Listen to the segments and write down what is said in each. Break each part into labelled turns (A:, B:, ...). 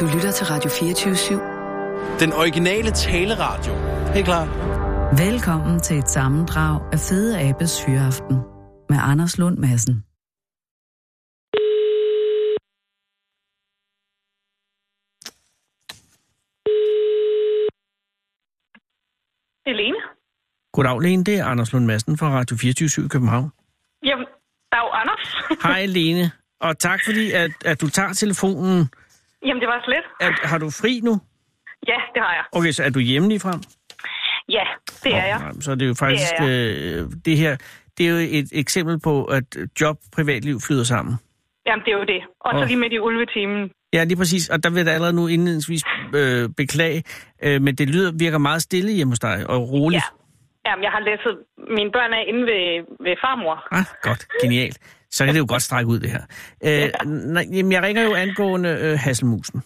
A: Du lytter til Radio 24-7.
B: Den originale taleradio. Helt klar.
A: Velkommen til et sammendrag af Fede Abes Hyreaften med Anders Lund Madsen.
C: Helene?
D: Goddag, Lene. Det er Anders Lund Madsen fra Radio 24 i København.
C: Jamen, dag Anders.
D: Hej, Lene. Og tak fordi, at, at du tager telefonen.
C: Jamen, det var slet.
D: Er, har du fri nu?
C: Ja, det har jeg.
D: Okay, så er du hjemme lige frem?
C: Ja, det er jeg.
D: Så er det jo faktisk...
C: Det
D: øh, det her, det er jo et eksempel på, at job og privatliv flyder sammen.
C: Jamen, det er jo det. Og så
D: Åh.
C: lige midt i ulvetimen.
D: Ja, lige præcis. Og der vil jeg da allerede nu indledningsvis øh, beklage, øh, men det lyder virker meget stille hjemme hos dig og roligt.
C: Ja. Jamen, jeg har læsset mine børn af inde ved, ved farmor.
D: Ah, godt. Genialt. Så kan det jo godt strække ud, det her. Øh, nej, jamen, jeg ringer jo angående øh, Hasselmusen.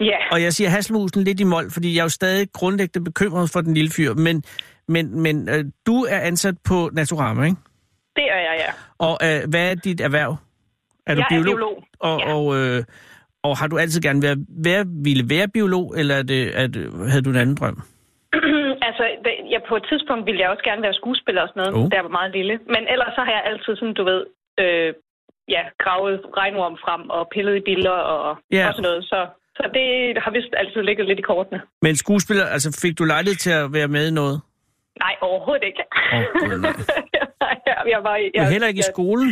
C: Ja,
D: Og jeg siger Hasselmusen lidt i mål, fordi jeg er jo stadig grundlæggende bekymret for den lille fyr. Men, men, men øh, du er ansat på Naturama, ikke?
C: det er jeg, ja.
D: Og øh, hvad er dit erhverv? Er
C: Jeg er biolog,
D: Og,
C: ja.
D: og, øh, og har du altid gerne været, være, ville være biolog, eller er det, er det, havde du en anden drøm?
C: altså, det, ja, på et tidspunkt ville jeg også gerne være skuespiller og sådan noget,
D: Oh.
C: oh. da jeg var meget lille. Men ellers så har jeg altid, sådan du ved, øh, ja, gravet regnorm frem og pillet i biller og,
D: Ja.
C: yeah. og sådan noget. Så, så det har vist altid ligget lidt i kortene.
D: Men skuespiller, altså fik du lejlighed til at være med i noget?
C: Nej, overhovedet ikke.
D: Åh, gud, nej.
C: jeg, jeg var, jeg,
D: Du er heller ikke i
C: jeg,
D: skolen?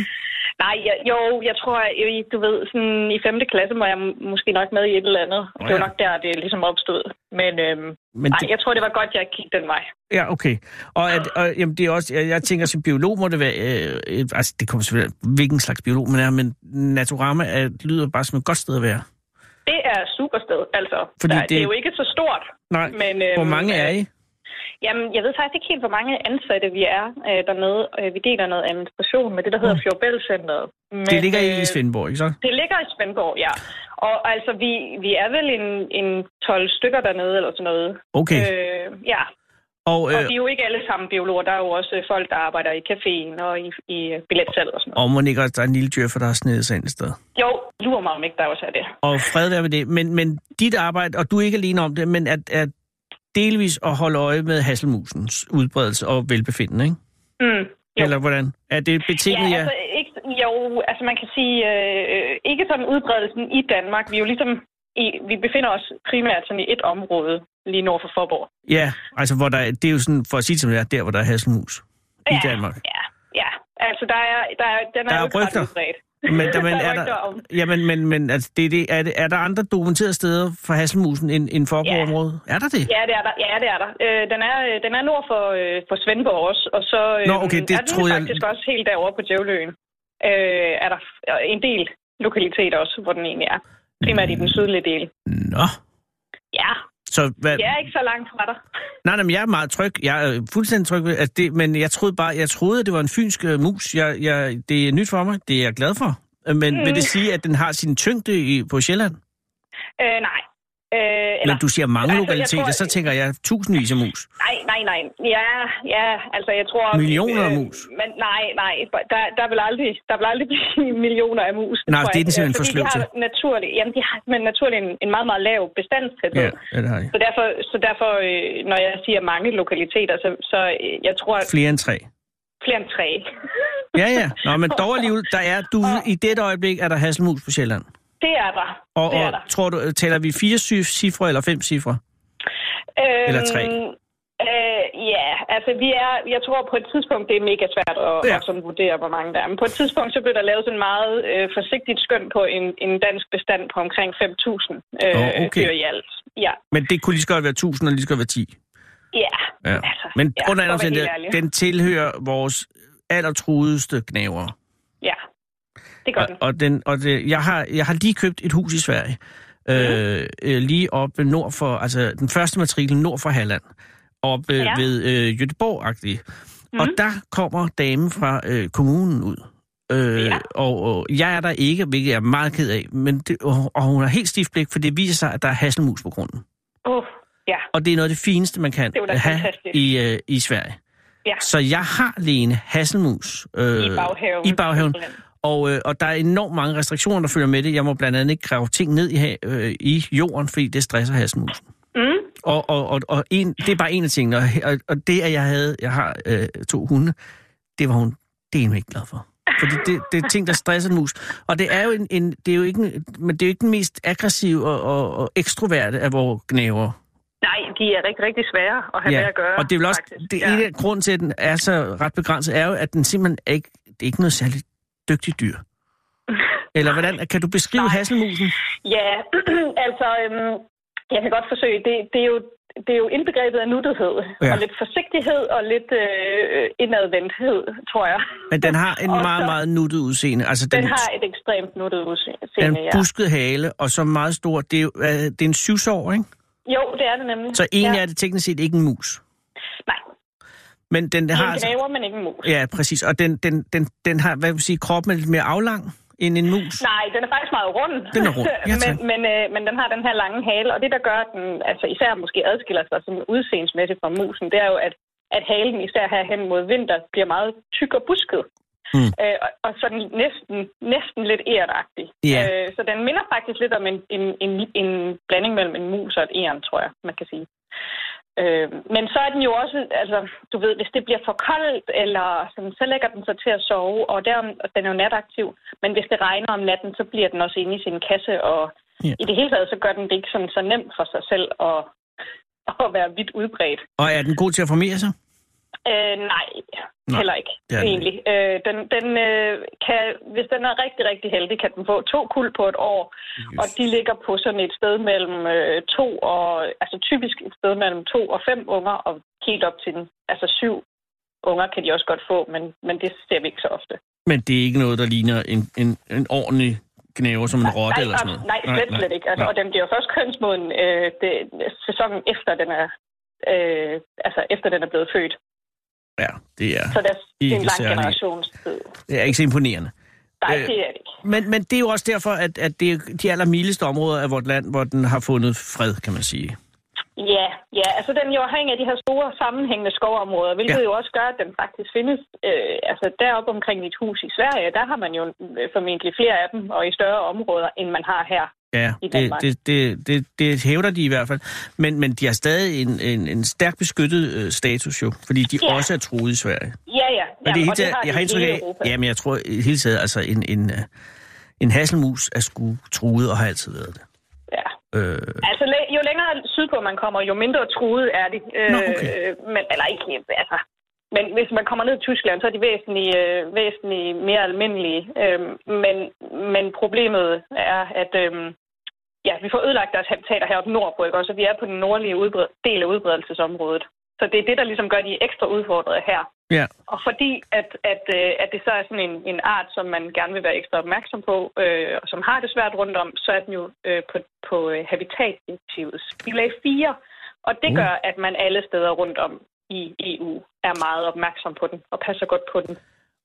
C: Nej, jeg, jo, jeg tror, at i, du ved, sådan, i 5. klasse var jeg m- måske nok med i et eller andet.
D: Nå
C: Det var
D: ja.
C: nok der, det ligesom opstod. Men, øhm,
D: Men
C: nej,
D: det-
C: jeg tror, det var godt, jeg ikke gik den vej.
D: Ja, okay. Og, at, og jamen, det er også, jeg, jeg tænker, som biolog må det være, øh, et- altså det kommer selvfølgelig, an på, hvilken slags biolog man er, men Naturama er, lyder bare som et godt sted at være.
C: Det er et super sted, altså.
D: Fordi
C: der, det... det
D: det-
C: er jo ikke så stort.
D: Nej,
C: Men, øhm,
D: hvor mange er
C: øh,
D: I?
C: Jamen, jeg ved faktisk ikke helt, hvor mange ansatte vi er øh, dernede. Øh, Vi deler noget administration med det, der hedder Fjordbæltcenteret.
D: Det ligger i
C: øh,
D: Svendborg, ikke så?
C: Det ligger i Svendborg, ja. Og altså, vi, vi er vel en, en 12 stykker dernede, eller sådan noget.
D: Okay.
C: Øh, ja,
D: Og,
C: og
D: øh,
C: vi er jo ikke alle sammen biologer. Der er jo også øh, folk, der arbejder i caféen og i, i billetsalg og sådan noget.
D: og må ikke også, der er en lille dyr, for der har snedet sig ind et sted.
C: Jo, lurer mig om ikke, der også er det.
D: Og fred være med det. Men, men dit arbejde, og du er ikke alene om det, men at, at delvis at holde øje med hasselmusens udbredelse og velbefindende, ikke?
C: Mm. Jo.
D: Eller hvordan? Er det betinget
C: ja,
D: jer?
C: altså, ikke, jo, altså man kan sige, øh, øh, ikke sådan udbredelsen i Danmark. Vi er jo ligesom, i, vi befinder os primært sådan i et område lige nord for Forborg.
D: Ja, altså hvor der, er- det er jo sådan, for at sige det som det er, der hvor der er hasselmus i
C: Ja.
D: Danmark.
C: Ja, ja. Altså der er, der er, den er,
D: Der er
C: jo ikke ret
D: rygter.
C: udbredt.
D: Men, der, men, er
C: rygter
D: der,
C: om.
D: jamen, men, men altså, det, er det, er, det, er der andre dokumenterede steder for hasselmusen end, end Forborg-området? Er der det?
C: Ja, det er der. Ja, det er der. Øh, den, er, øh, den er nord for, øh, for Svendborg også, og så øh,
D: Nå, okay, det
C: er den
D: troede jeg-
C: faktisk også helt derovre på Djævløen. Øh, er der f- og en del lokaliteter også, hvor den egentlig er. Primært i den
D: Mm.
C: sydlige del.
D: Nå.
C: Ja,
D: Så hvad,
C: jeg er ikke så langt fra dig.
D: nej, nej, men jeg er meget tryg. Jeg er øh, fuldstændig tryg ved, at det, men jeg troede bare, jeg troede, at det var en fynsk øh, mus. Jeg, jeg, det er nyt for mig. Det er jeg glad for. Øh, Men mm. vil
C: Mm.
D: det sige, at den har sin tyngde i, på Sjælland?
C: Øh, nej. Øh,
D: Eller, men du siger mange
C: Altså, jeg
D: lokaliteter,
C: tror-
D: så tænker jeg tusindvis af mus.
C: Nej, nej, nej. Ja, ja, altså jeg tror... øh,
D: Millioner af mus.
C: Men nej, nej. Der, der, vil aldrig, der vil aldrig blive millioner af mus.
D: Nej,
C: tror
D: det er
C: jeg
D: den
C: ikke.
D: simpelthen
C: Fordi
D: for sløv
C: de har naturlig, jamen, de har simpelthen naturlig en, en meget, meget lav bestandstæthed.
D: Ja, ja, det har jeg.
C: Så derfor, så derfor øh, når jeg siger mange lokaliteter, så, så øh, jeg tror at
D: Flere end tre.
C: flere end tre.
D: Ja, ja. Nå, men dog alligevel, der er, du, i dette øjeblik er der hasselmus på Sjælland.
C: Det er der.
D: Og,
C: det er
D: og
C: der.
D: tror du, taler vi fire sy- cifre eller fem cifre?
C: Øhm,
D: eller tre?
C: Øh, ja, altså vi er, jeg tror på et tidspunkt, det er mega svært at,
D: Ja.
C: ja. at sådan vurdere, hvor mange der er. Men på et tidspunkt, så blev der lavet sådan en meget øh, forsigtigt skøn på en, en dansk bestand på omkring 5.000 øh,
D: Nå, okay.
C: dyr i alt. Ja,
D: Men det kunne lige så godt være 1000 og lige så godt være 10.
C: ja.
D: Ja.
C: Altså,
D: Men
C: ja,
D: under
C: for at
D: andre
C: være
D: omstændigheder,
C: helt ærlig.
D: den tilhører vores allertrudeste knævere.
C: ja. det gør
D: Og,
C: den.
D: og, den, og det, jeg, har, jeg har lige købt et hus i Sverige. Øh, øh, lige oppe nord for, altså den første matrikel nord for Halland. Oppe ja.
C: Ja. Mhm.
D: ved øh, Göteborg-agtigt. Mm. Og der kommer damen fra øh, kommunen ud. Øh, ja.
C: Ja.
D: og, og jeg er der ikke, hvilket jeg er meget ked af. Men det, og, og hun har helt stift blik, for det viser sig, at der er hasselmus på grunden.
C: Oh, ja,
D: Og det er noget af det fineste, man kan
C: Det var da
D: have
C: fantastisk.
D: i, øh, i Sverige.
C: Ja.
D: Så jeg har, Lene, hasselmus øh,
C: i baghaven.
D: i baghaven.
C: simpelthen.
D: Og, øh, og der er enormt mange restriktioner, der følger med det. Jeg må blandt andet ikke grave ting ned i, ha- øh, i jorden, fordi det stresser hasmusen.
C: Mm.
D: Og, og, og, og en, det er bare en af tingene. Og, og, og det, at jeg havde, jeg har øh, to hunde, det var hun, det er hun ikke glad for. Fordi det, det er ting, der stresser en mus. Og det er jo, en, en, det er jo ikke, en, men det er jo ikke den mest aggressive og, og, og ekstroverte af vores gnæver.
C: Nej, de er rigtig, rigtig svære at have med at gøre.
D: og det er vel også,
C: faktisk.
D: det
C: ja.
D: ene grund til, at den er så ret begrænset, er jo, at den simpelthen er ikke, det er ikke noget særligt dygtigt dyr. Eller hvordan, kan du beskrive hasselmusen?
C: Ja, altså, øhm, jeg kan godt forsøge. Det, det, er jo, det er jo indbegrebet af nuttighed,
D: Ja.
C: ja. og lidt forsigtighed og lidt øh, indadvendthed, tror jeg.
D: Men den har en
C: Og så-
D: meget, meget nuttet udseende. Altså,
C: Den
D: den,
C: har et ekstremt nuttet
D: den
C: udseende, ja.
D: busket hale, og så meget stor. Det er, jo, øh, det er en syvsår, ikke?
C: Jo, det er det nemlig.
D: Så egentlig
C: Mm. ja.
D: ja. er det teknisk set ikke en mus.
C: Nej,
D: Men den
C: det
D: har...
C: har en
D: Altså,
C: gnaver, men ikke en mus.
D: ja, præcis. Og den, den, den, den har, hvad vil jeg sige, kroppen er lidt mere aflang end en mus.
C: Nej, den er faktisk meget rund.
D: Den er rund, ja, tak.
C: men, men, øh, men den har den her lange hale, og det, der gør, at den altså, især måske adskiller sig sådan udseendsmæssigt fra musen, det er jo, at, at halen især her hen mod vinter bliver meget tyk og busket.
D: Mm.
C: Øh, og, og sådan næsten, næsten lidt ærtagtig.
D: Ja.
C: Øh, så den minder faktisk lidt om en, en, en, en blanding mellem en mus og et æren, tror jeg, man kan sige. Øh, men så er den jo også, altså, du ved, hvis det bliver for koldt, eller sådan, så lægger den sig til at sove, og derom, og den er jo nataktiv, men hvis det regner om natten, så bliver den også inde i sin kasse, og
D: Ja.
C: ja. i det hele taget, så gør den det ikke sådan, så nemt for sig selv at, at være vidt udbredt.
D: Og er den god til at formere sig?
C: Øh, nej,
D: Nej,
C: nej, heller ikke,
D: det er den
C: egentlig. Øh, den den øh, kan, hvis den er rigtig, rigtig heldig, kan den få to kuld på et år, yes. og de ligger på sådan et sted mellem øh, to og, altså typisk et sted mellem to og fem unger, og helt op til den, altså syv unger kan de også godt få, men, men det ser vi ikke så ofte.
D: Men det er ikke noget, der ligner en, en, en ordentlig gnæver som en rotte
C: nej,
D: eller sådan noget?
C: nej, slet, nej, slet ikke. Altså,
D: nej.
C: Og den bliver jo først kønsmoden øh, det, sæsonen efter den er, øh, altså efter den er blevet født.
D: Ja, det er,
C: Så der, det er
D: Ikke
C: en lang
D: særlig.
C: generationstid.
D: det er ikke så imponerende.
C: Nej,
D: Øh,
C: det er det ikke.
D: Men, men det er jo også derfor, at, at det er de allermildeste områder af vort land, hvor den har fundet fred, kan man sige.
C: Ja, ja, altså den er jo afhængig af de her store sammenhængende skovområder, hvilket
D: Ja.
C: ja. jo også gør, at den faktisk findes øh, altså deroppe omkring mit hus i Sverige. Der har man jo øh, formentlig flere af dem, og i større områder, end man har her.
D: Ja,
C: I
D: det,
C: Danmark.
D: det, det, det, det hævder de i hvert fald. Men, men de har stadig en, en, en stærk beskyttet øh, status jo, fordi de
C: Ja.
D: også er troet i Sverige.
C: Ja, ja.
D: Men det
C: Jamen,
D: er helt,
C: og det har
D: jeg
C: de
D: har
C: i
D: indtryk
C: hele
D: af,
C: Europa.
D: jamen jeg tror i hele taget, altså en, en, øh, en hasselmus er sgu truet og har altid været det.
C: ja.
D: Øh,
C: Altså, læ- jo længere sydpå man kommer, jo mindre truet er de.
D: Nå, okay.
C: Øh, men, eller ikke, altså. Men hvis man kommer ned i Tyskland, så er de væsentligt, øh, væsentligt mere almindelige. Øh, men, men problemet er, at øh, ja, vi får ødelagt deres habitater heroppe nordpå, ikke? også? Og vi er på den nordlige udbred- del af udbredelsesområdet. Så det er det, der ligesom gør, at de er ekstra udfordrede her.
D: ja,
C: Og fordi at, at, øh, at det så er sådan en, en art, som man gerne vil være ekstra opmærksom på, øh, og som har det svært rundt om, så er den jo øh, på, på øh, habitatdirektivets bilag 4. Og det
D: Uh.
C: gør, at man alle steder rundt om i EU er meget opmærksom på den og passer godt på den.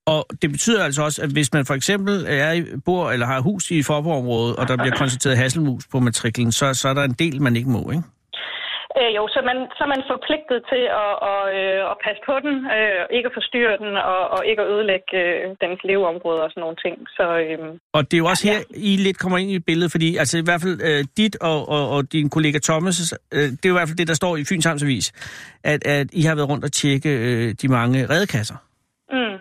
D: og det betyder altså også, at hvis man for eksempel er, i- bor eller har hus i Forborg-området, og der bliver konstateret hasselmus på matriklen, så, så er der en del, man ikke må, ikke?
C: Øh, jo, så man, så er man forpligtet til at, at, øh, at passe på den, øh, ikke at forstyrre den og, og ikke at ødelægge øh, dens leveområder og sådan nogle ting. Så øh,
D: Og det er jo også
C: Ja.
D: her, I lidt kommer ind i billedet, fordi altså i hvert fald øh, dit og, og, og din kollega Thomas, øh, det er jo i hvert fald det, der står i Fyns Amtsavis, at, at I har været rundt og tjekke øh, de mange redekasser,
C: mm,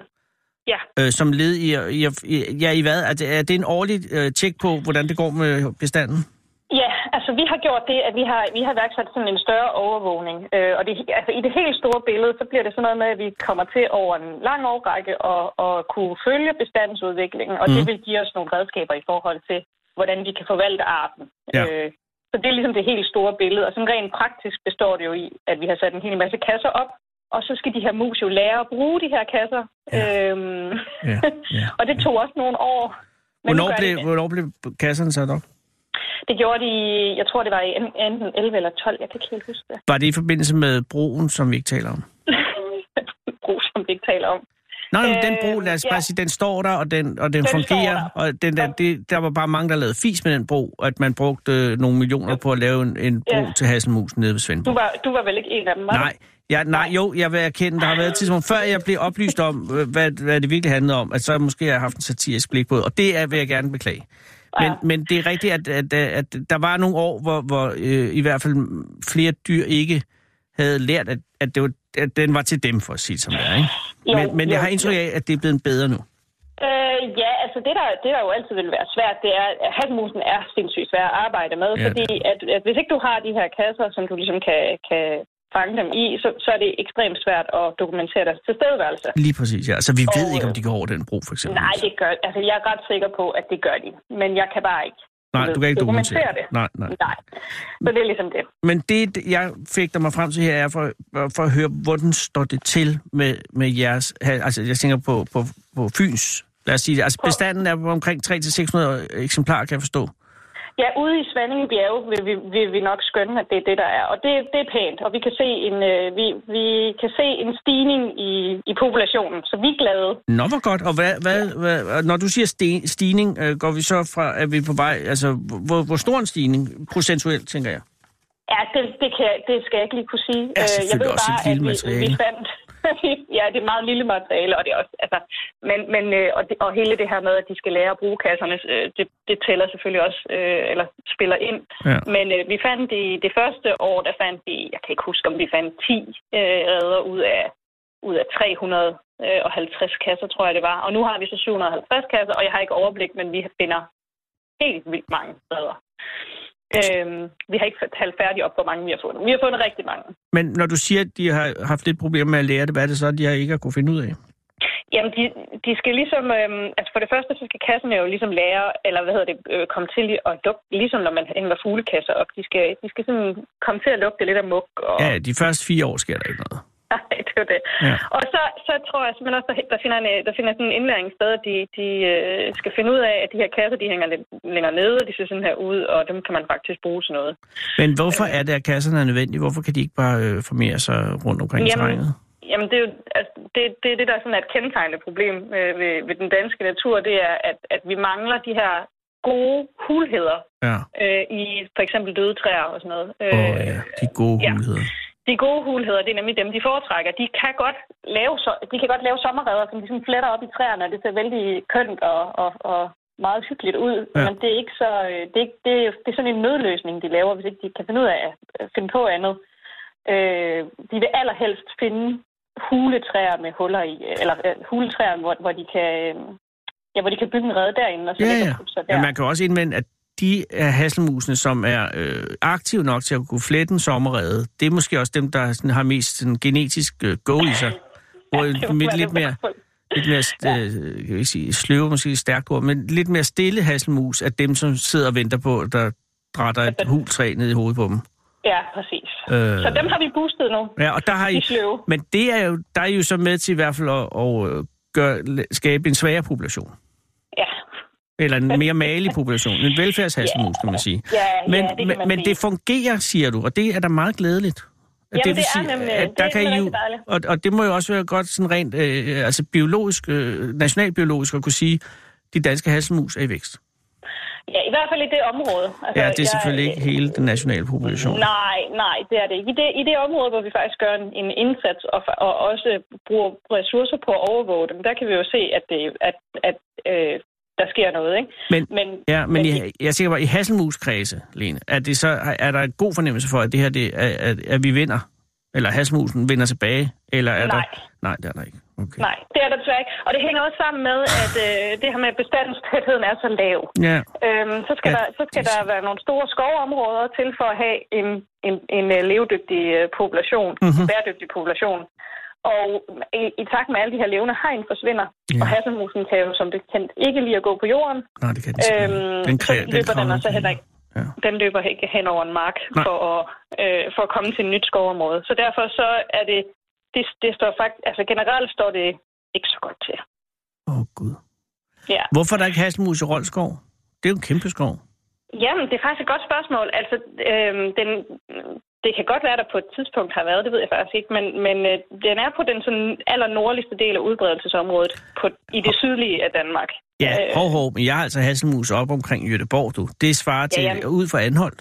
C: ja.
D: øh, som led i, i, i, ja, i hvad? Er det, er det en årlig øh, tjek på, hvordan det går med bestanden?
C: Ja, altså vi har gjort det, at vi har, vi har værksat sådan en større overvågning. Øh, og det, altså, i det helt store billede, så bliver det sådan noget med, at vi kommer til over en lang årrække at, at kunne følge bestandsudviklingen, og mm.
D: Mhm.
C: det vil give os nogle redskaber i forhold til, hvordan vi kan forvalte arten.
D: Ja.
C: Øh, så det er ligesom det helt store billede. Og sådan rent praktisk består det jo i, at vi har sat en hel masse kasser op, og så skal de her mus jo lære at bruge de her kasser.
D: Ja.
C: Øhm,
D: Ja, ja,
C: og det tog også nogle år. Men nu
D: Hvornår
C: gør
D: blev,
C: det.
D: hvornår blev kasserne sat op?
C: Det gjorde de, jeg tror det var i en- enten 11 eller 12, jeg kan ikke helt huske det.
D: Var det i forbindelse med broen, som vi ikke taler om?
C: Brug, som vi ikke taler om.
D: Nå, jamen, den
C: Øh,
D: bro, lad os
C: ja.
D: bare sige, den står der, og den, og den,
C: Den
D: fungerer.
C: står der.
D: Og den der,
C: Og-
D: det, der var bare mange, der lavede fis med den bro, at man brugte øh, nogle millioner på at lave en, en bro
C: Ja.
D: til Hasselmus nede ved Svendborg.
C: Du var, du var vel ikke en af dem, var du?
D: Nej, ja, nej, jo, jeg vil erkende, der har været et tidspunkt, før jeg blev oplyst om, øh, hvad, hvad det virkelig handlede om, at så måske jeg har haft en satirisk blik på det, og det er, vil jeg gerne beklage. Men,
C: Ja.
D: men det er rigtigt, at, at, at der var nogle år, hvor, hvor øh, i hvert fald flere dyr ikke havde lært, at, at, det var, at den var til dem, for at sige det som det er. Ikke?
C: Jo,
D: Men, men jeg
C: jo,
D: har indtryk af, at det er blevet bedre nu.
C: Øh, ja, altså det der, det der jo altid vil være svært, det er, at hasmusen er sindssygt svær at arbejde med,
D: Ja,
C: ja, fordi at, at hvis ikke du har de her kasser, som du ligesom kan, kan fange dem i, så, så er det ekstremt svært at dokumentere deres tilstedeværelse.
D: Lige præcis, ja. Altså, vi ved
C: Og,
D: ikke, om
C: øh,
D: de går over den bro, for eksempel.
C: Nej, det gør, altså jeg er ret sikker på, at det gør de, men jeg kan bare ikke.
D: nej du kan ikke dokumentere det.
C: det.
D: Nej, nej.
C: Nej, så det er ligesom det.
D: Men det, det- jeg fik dig mig frem til her, er for, for at høre, hvordan står det til med, med jeres... Altså, jeg tænker på, på, på Fyns, lad os sige det. Altså, bestanden er på omkring 300-600 eksemplarer, kan jeg forstå.
C: Ja, ude i Svanninge Bjerge vil vi, vil vi nok skønne, at det er det, der er. Og det, det er pænt, og vi kan se en, øh, vi, vi kan se en stigning i, i populationen, så vi er glade.
D: Nå, hvor godt. Og hvad, hvad, ja. hvad, og når du siger sten, stigning, øh, går vi så fra, at vi er på vej... Altså, hvor, hvor stor en stigning procentuelt, tænker jeg?
C: Ja, det, det, kan, jeg- det skal jeg ikke lige kunne sige.
D: Ja,
C: Øh, jeg
D: selvfølgelig også et lille
C: vi, vi
D: materiale.
C: fandt... ja, det er et meget lille materiale, og det er også... Altså, men, men, øh, og, det, og hele det her med, at de skal lære at bruge kasserne, øh, det, det tæller selvfølgelig også, øh, eller spiller ind.
D: Ja.
C: Men øh, vi fandt i det første år, der fandt vi... Jeg kan ikke huske, om vi fandt 10 øh, redder ud af, ud af 350 kasser, tror jeg det var. Og nu har vi så 750 kasser, og jeg har ikke overblik, men vi finder helt vildt mange redder. Øhm, vi har ikke talt færdigt op, hvor mange vi har fundet. Vi har fundet rigtig mange.
D: Men når du siger, at de har haft lidt problemer med at lære det, hvad er det så, de har ikke har kunne finde ud af?
C: Jamen, de, de skal ligesom... Øhm, altså for det første, så skal kasserne jo ligesom lære, eller hvad hedder det, øh, komme til at lugte, ligesom når man hænger fuglekasser op. De skal, de skal sådan komme til at lugte lidt af muk. Og,
D: Ja, de første fire år sker der ikke noget.
C: Nej, det er jo det.
D: Ja.
C: Ja. Og så, så tror jeg simpelthen også, der- der finder, en, øh, der finder sådan en indlæring sted, at de, de øh, skal finde ud af, at de her kasser, de hænger lidt længere nede, og de ser sådan her ud, og dem kan man faktisk bruge til noget.
D: Men hvorfor er det, at kasserne er nødvendige? Hvorfor kan de ikke bare øh, formere sig rundt omkring Jamen.
C: Jamen-
D: terrænet?
C: Jamen, det er jo altså, det, det, er det, der er sådan et kendetegnende problem øh, ved, ved den danske natur, det er, at, at vi mangler de her gode hulheder
D: Ja.
C: øh, i for eksempel døde træer og sådan noget.
D: Åh oh, ja, de gode ja.
C: øh, ja.
D: muligheder.
C: De gode hulheder, det er nemlig dem, de foretrækker. De kan godt lave, så, de kan godt lave sommerredder, som ligesom fletter op i træerne, og det ser vældig kønt og, og, og meget hyggeligt ud.
D: Ja.
C: Ja. Men det er ikke så, øh, det, er, ikke- det, er- det er sådan en nødløsning, de laver, hvis ikke de kan finde ud af at finde på andet. Øh, de vil allerhelst finde huletræer med huller i, eller øh, huletræer, hvor, hvor de kan... Øh, ja, hvor de kan bygge en redde derinde, og så
D: Ja,
C: ligger
D: ja.
C: de så der.
D: Men man kan også indvende, at de af hasselmusene, som er øh, aktive nok til at kunne flette en sommerrede, det er måske også dem, der sådan, har mest sådan, genetisk øh, go i sig. Hvor
C: Ja, det
D: ja,
C: må
D: med
C: være
D: lidt
C: det,
D: mere,
C: man-
D: lidt mere st- øh, jeg vil ikke sige, sløve måske et stærkt ord, men lidt mere stille hasselmus er dem, som sidder og venter på, at der drætter et hultræ ned i hovedet på dem.
C: Ja, præcis.
D: Øh.
C: Øh... Så dem har vi boostet nu.
D: Ja, og der har I,
C: De sløve.
D: men det er jo, der er I jo så med til i hvert fald at, at øh, gøre, skabe en svagere population.
C: Ja,
D: Eller en mere malig population. En velfærdshasselmus, kan man sige.
C: Ja, ja,
D: men,
C: det kan
D: men,
C: man
D: men
C: sige.
D: det fungerer, siger du, og det er da meget glædeligt. At
C: Jamen,
D: vil
C: det er nemlig-
D: at
C: det
D: der
C: er
D: kan I
C: rigtig
D: jo,
C: dejligt.
D: og, og det må jo også være godt sådan rent øh, altså biologisk, øh, nationalbiologisk at kunne sige, de danske hasselmus er i vækst.
C: Ja, i hvert fald i det område. Altså,
D: Ja, det er
C: jeg-
D: selvfølgelig ikke hele den nationale population.
C: Nej, nej, det er det ikke. I det, i det område, hvor vi faktisk gør en, en indsats og, fa- og også bruger ressourcer på at overvåge dem, der kan vi jo se, at, det, at, at øh, der sker noget. Ikke?
D: Men,
C: Men,
D: ja, men
C: men-
D: I, jeg er sikker på, at i hasselmuskredse, Lene, er, det så, er der en god fornemmelse for, at det her, det er, at, at vi vinder? Eller hasselmusen vinder tilbage? Eller er
C: Nej.
D: Der, nej, det er der ikke. Okay.
C: Nej, det er der desværre ikke. Og det hænger også sammen med, at øh, det her med at bestandstætheden er så lav.
D: Ja,
C: Øhm, så skal,
D: Ja,
C: ja, der, så skal
D: det er
C: der være nogle store skovområder til for at have en, en, en øh, levedygtig øh, population,
D: Mhm.
C: mm-hmm. bæredygtig population. Og i, i takt med alle de her levende hegn forsvinder,
D: Ja.
C: ja. og hasselmusen kan jo som bekendt ikke lige at gå på jorden,
D: nej, det kan den
C: øhm,
D: simpelthen. Den,
C: så
D: kræ- den
C: løber den
D: kravler
C: også
D: ikke.
C: heller ikke.
D: Ja.
C: Den løber ikke hen over en mark
D: Nej.
C: for at, øh, for at komme til et nyt skovområde. Så derfor så er det, det, det står faktisk, altså generelt står det ikke så godt til.
D: Åh, oh, Gud.
C: Ja.
D: Hvorfor er der ikke hasselmus i Rolskov? Det er jo en kæmpe skov.
C: Jamen, det er faktisk et godt spørgsmål. Altså, øhm, den, Det kan godt være, at der på et tidspunkt har været, det ved jeg faktisk ikke, men, men øh, den er på den sådan aller nordligste del af udbredelsesområdet på, i det sydlige af Danmark. Øh,
D: Ja, hov, hov, men jeg har altså hasselmus op omkring Jødeborg, du. Det svarer til
C: Ja, jamen.
D: ud fra Anholdt.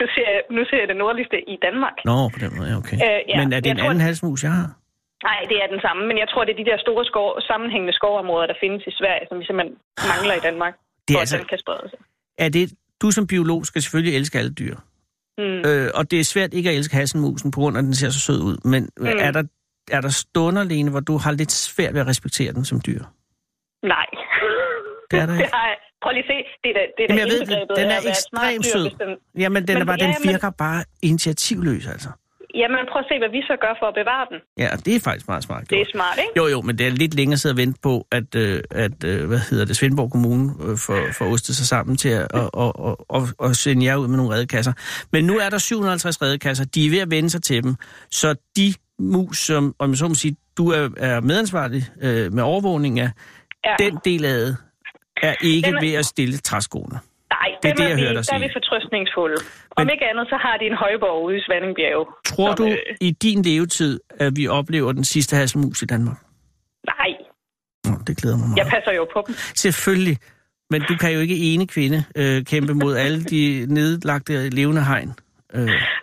C: Nu ser, jeg, nu ser jeg det nordligste i Danmark.
D: Nå, på den måde, ja, okay.
C: Øh, ja,
D: Men er det
C: jeg
D: en
C: tror-
D: anden hasselmus, jeg har?
C: Nej, det er den samme, men jeg tror, det er de der store skov, sammenhængende skovområder, der findes i Sverige, som vi simpelthen mangler i Danmark,
D: Det er
C: for
D: altså-
C: at den kan sprede sig.
D: Er det, du som biolog skal selvfølgelig elske alle dyr.
C: Mm.
D: Øh, og det er svært ikke at elske hasselmusen, på grund af, at den ser så sød ud. Men mm. er, der, er der stunder, Lene, hvor du har lidt svært ved at respektere den som dyr?
C: Nej.
D: Det er der
C: det
D: ikke.
C: har jeg. Prøv lige at se, det er da, det er
D: Jamen,
C: da
D: jeg ved,
C: indbegrebet
D: den- den
C: af
D: er
C: at være et smart
D: ekstremt
C: dyr,
D: sød.
C: hvis Den,
D: Jamen, den,
C: Men-
D: er bare,
C: ja,
D: den
C: men-
D: virker bare initiativløs, altså.
C: jamen, prøv at se, hvad vi så gør for at bevare den.
D: Ja, og det er faktisk meget smart
C: Det
D: gjort.
C: er smart, ikke?
D: Jo, jo, men det er lidt længere siden at vente på, at, øh, at øh, hvad hedder det, Svendborg Kommune øh, får, får ostet sig sammen til at og, og, og, og, og sende jer ud med nogle redekasser. Men nu er der 750 redekasser, de er ved at vende sig til dem, så de mus, som om jeg så må sige, du er, er medansvarlig øh, med overvågning af,
C: Ja.
D: den del af det er ikke
C: Den er-
D: ved at stille træskoene.
C: Nej,
D: det er
C: dem
D: det, jeg
C: vi,
D: hører dig
C: der er
D: sige.
C: vi fortrøstningsfulde. Om
D: Men-
C: ikke andet, så har de en højborg ude i Svanningbjerge.
D: Tror
C: som,
D: du
C: øh,
D: i din levetid, at vi oplever den sidste hasselmus i Danmark?
C: nej,
D: Nå, det glæder mig meget.
C: jeg passer jo på dem.
D: Selvfølgelig. Men du kan jo ikke ene kvinde øh, kæmpe mod alle de nedlagte levende hegn. Øh,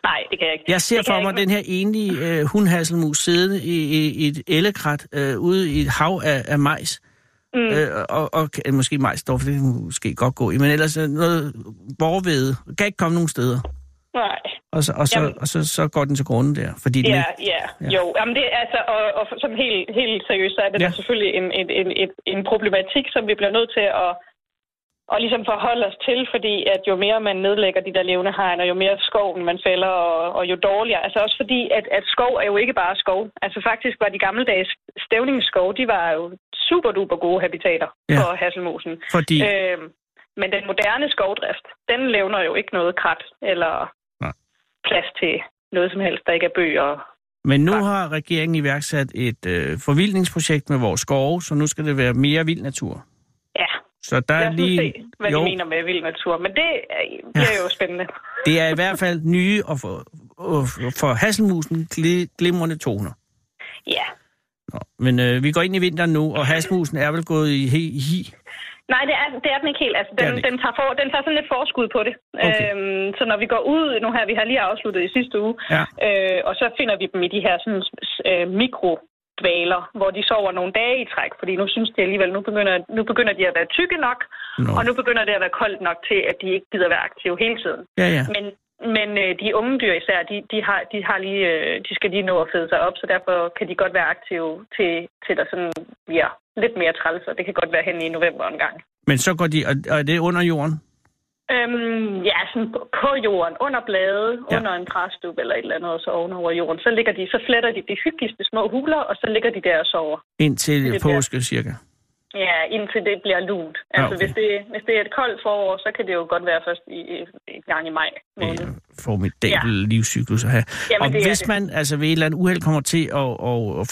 C: Nej, det kan jeg ikke.
D: jeg ser
C: Det kan
D: for
C: jeg
D: mig
C: ikke,
D: den her enlige øh, hundhasselmus siddende i, i, i et ællekrat øh, ude i et hav af, af majs. Mm. Øh, og, og øh, måske majsstof, det kan måske godt gå i, men ellers øh, noget vorvede. Kan ikke komme nogen steder.
C: Nej.
D: Og så, og så,
C: Jamen.
D: og så, så går den til grunden der, fordi den
C: Ja,
D: ikke
C: ja,
D: Ja.
C: jo. Jamen det, er altså, og, og som helt, helt seriøst, så er det
D: Ja.
C: ja. selvfølgelig en, en, en, en, en problematik, som vi bliver nødt til at og ligesom forholde os til, fordi at jo mere man nedlægger de der levende hegn, og jo mere skoven man fælder, og, og jo dårligere. Altså også fordi, at, at skov er jo ikke bare skov. Altså faktisk var de gammeldags stævningsskov, de var jo super duper gode habitater
D: Ja.
C: ja. for hasselmusen.
D: Fordi, øh,
C: Øh, men den moderne skovdrift, den levner jo ikke noget krat eller
D: Nej.
C: plads til noget som helst, der ikke er bøger.
D: men nu har regeringen iværksat et øh, forvildningsprojekt med vores skove, så nu skal det være mere vild natur.
C: Ja,
D: Så der
C: lad
D: er
C: os lige...
D: lige...
C: se, hvad jo. de mener med vild natur. Men det øh, bliver jo spændende.
D: det er i hvert fald nye og for, og for hasselmusen gli- glimrende toner.
C: Ja.
D: Nå, men øh, vi går ind i vinteren nu, og hasselmusen er vel gået i hi. i hi.
C: Nej, det er, det er den ikke helt. Altså,
D: Det
C: den,
D: er den
C: den,
D: ikke.
C: den, tager for, den tager sådan lidt forskud på det.
D: Okay.
C: Øhm, så når vi går ud nu her, vi har lige afsluttet i sidste uge,
D: Ja.
C: øh, og så finder vi dem i de her sådan, s- øh, mikro dvaler, hvor de sover nogle dage i træk, fordi nu synes de alligevel, nu begynder, nu begynder de at være tykke nok,
D: Nå.
C: Og nu begynder det at være koldt nok til, at de ikke gider være aktive hele tiden.
D: Ja, ja.
C: Men, men øh, de unge dyr især, de, de, har, de, har lige, øh, de skal lige nå at fede sig op, så derfor kan de godt være aktive til, til der sådan bliver lidt mere træls, og det kan godt være hen i november en gang.
D: Men så går de... Og, og er det under jorden?
C: Øhm, ja, sådan på- på jorden, under blade,
D: Ja.
C: ja. under en træstub eller et eller andet, og så oven over jorden. Så, ligger de, så fletter de de hyggeligste små huler, og så ligger de der og sover.
D: Indtil
C: Det bliver-
D: påske, cirka.
C: Ja, indtil det bliver lunt.
D: Ah,
C: Altså,
D: okay.
C: hvis, det, hvis det er et koldt forår, så kan det jo godt være først i, i, i gang i maj
D: Det
C: måned.
D: er Øh, formidabel ja. livscyklus at have.
C: Jamen, det
D: og
C: er
D: hvis
C: det.
D: man altså ved et eller andet uheld kommer til at, at, at,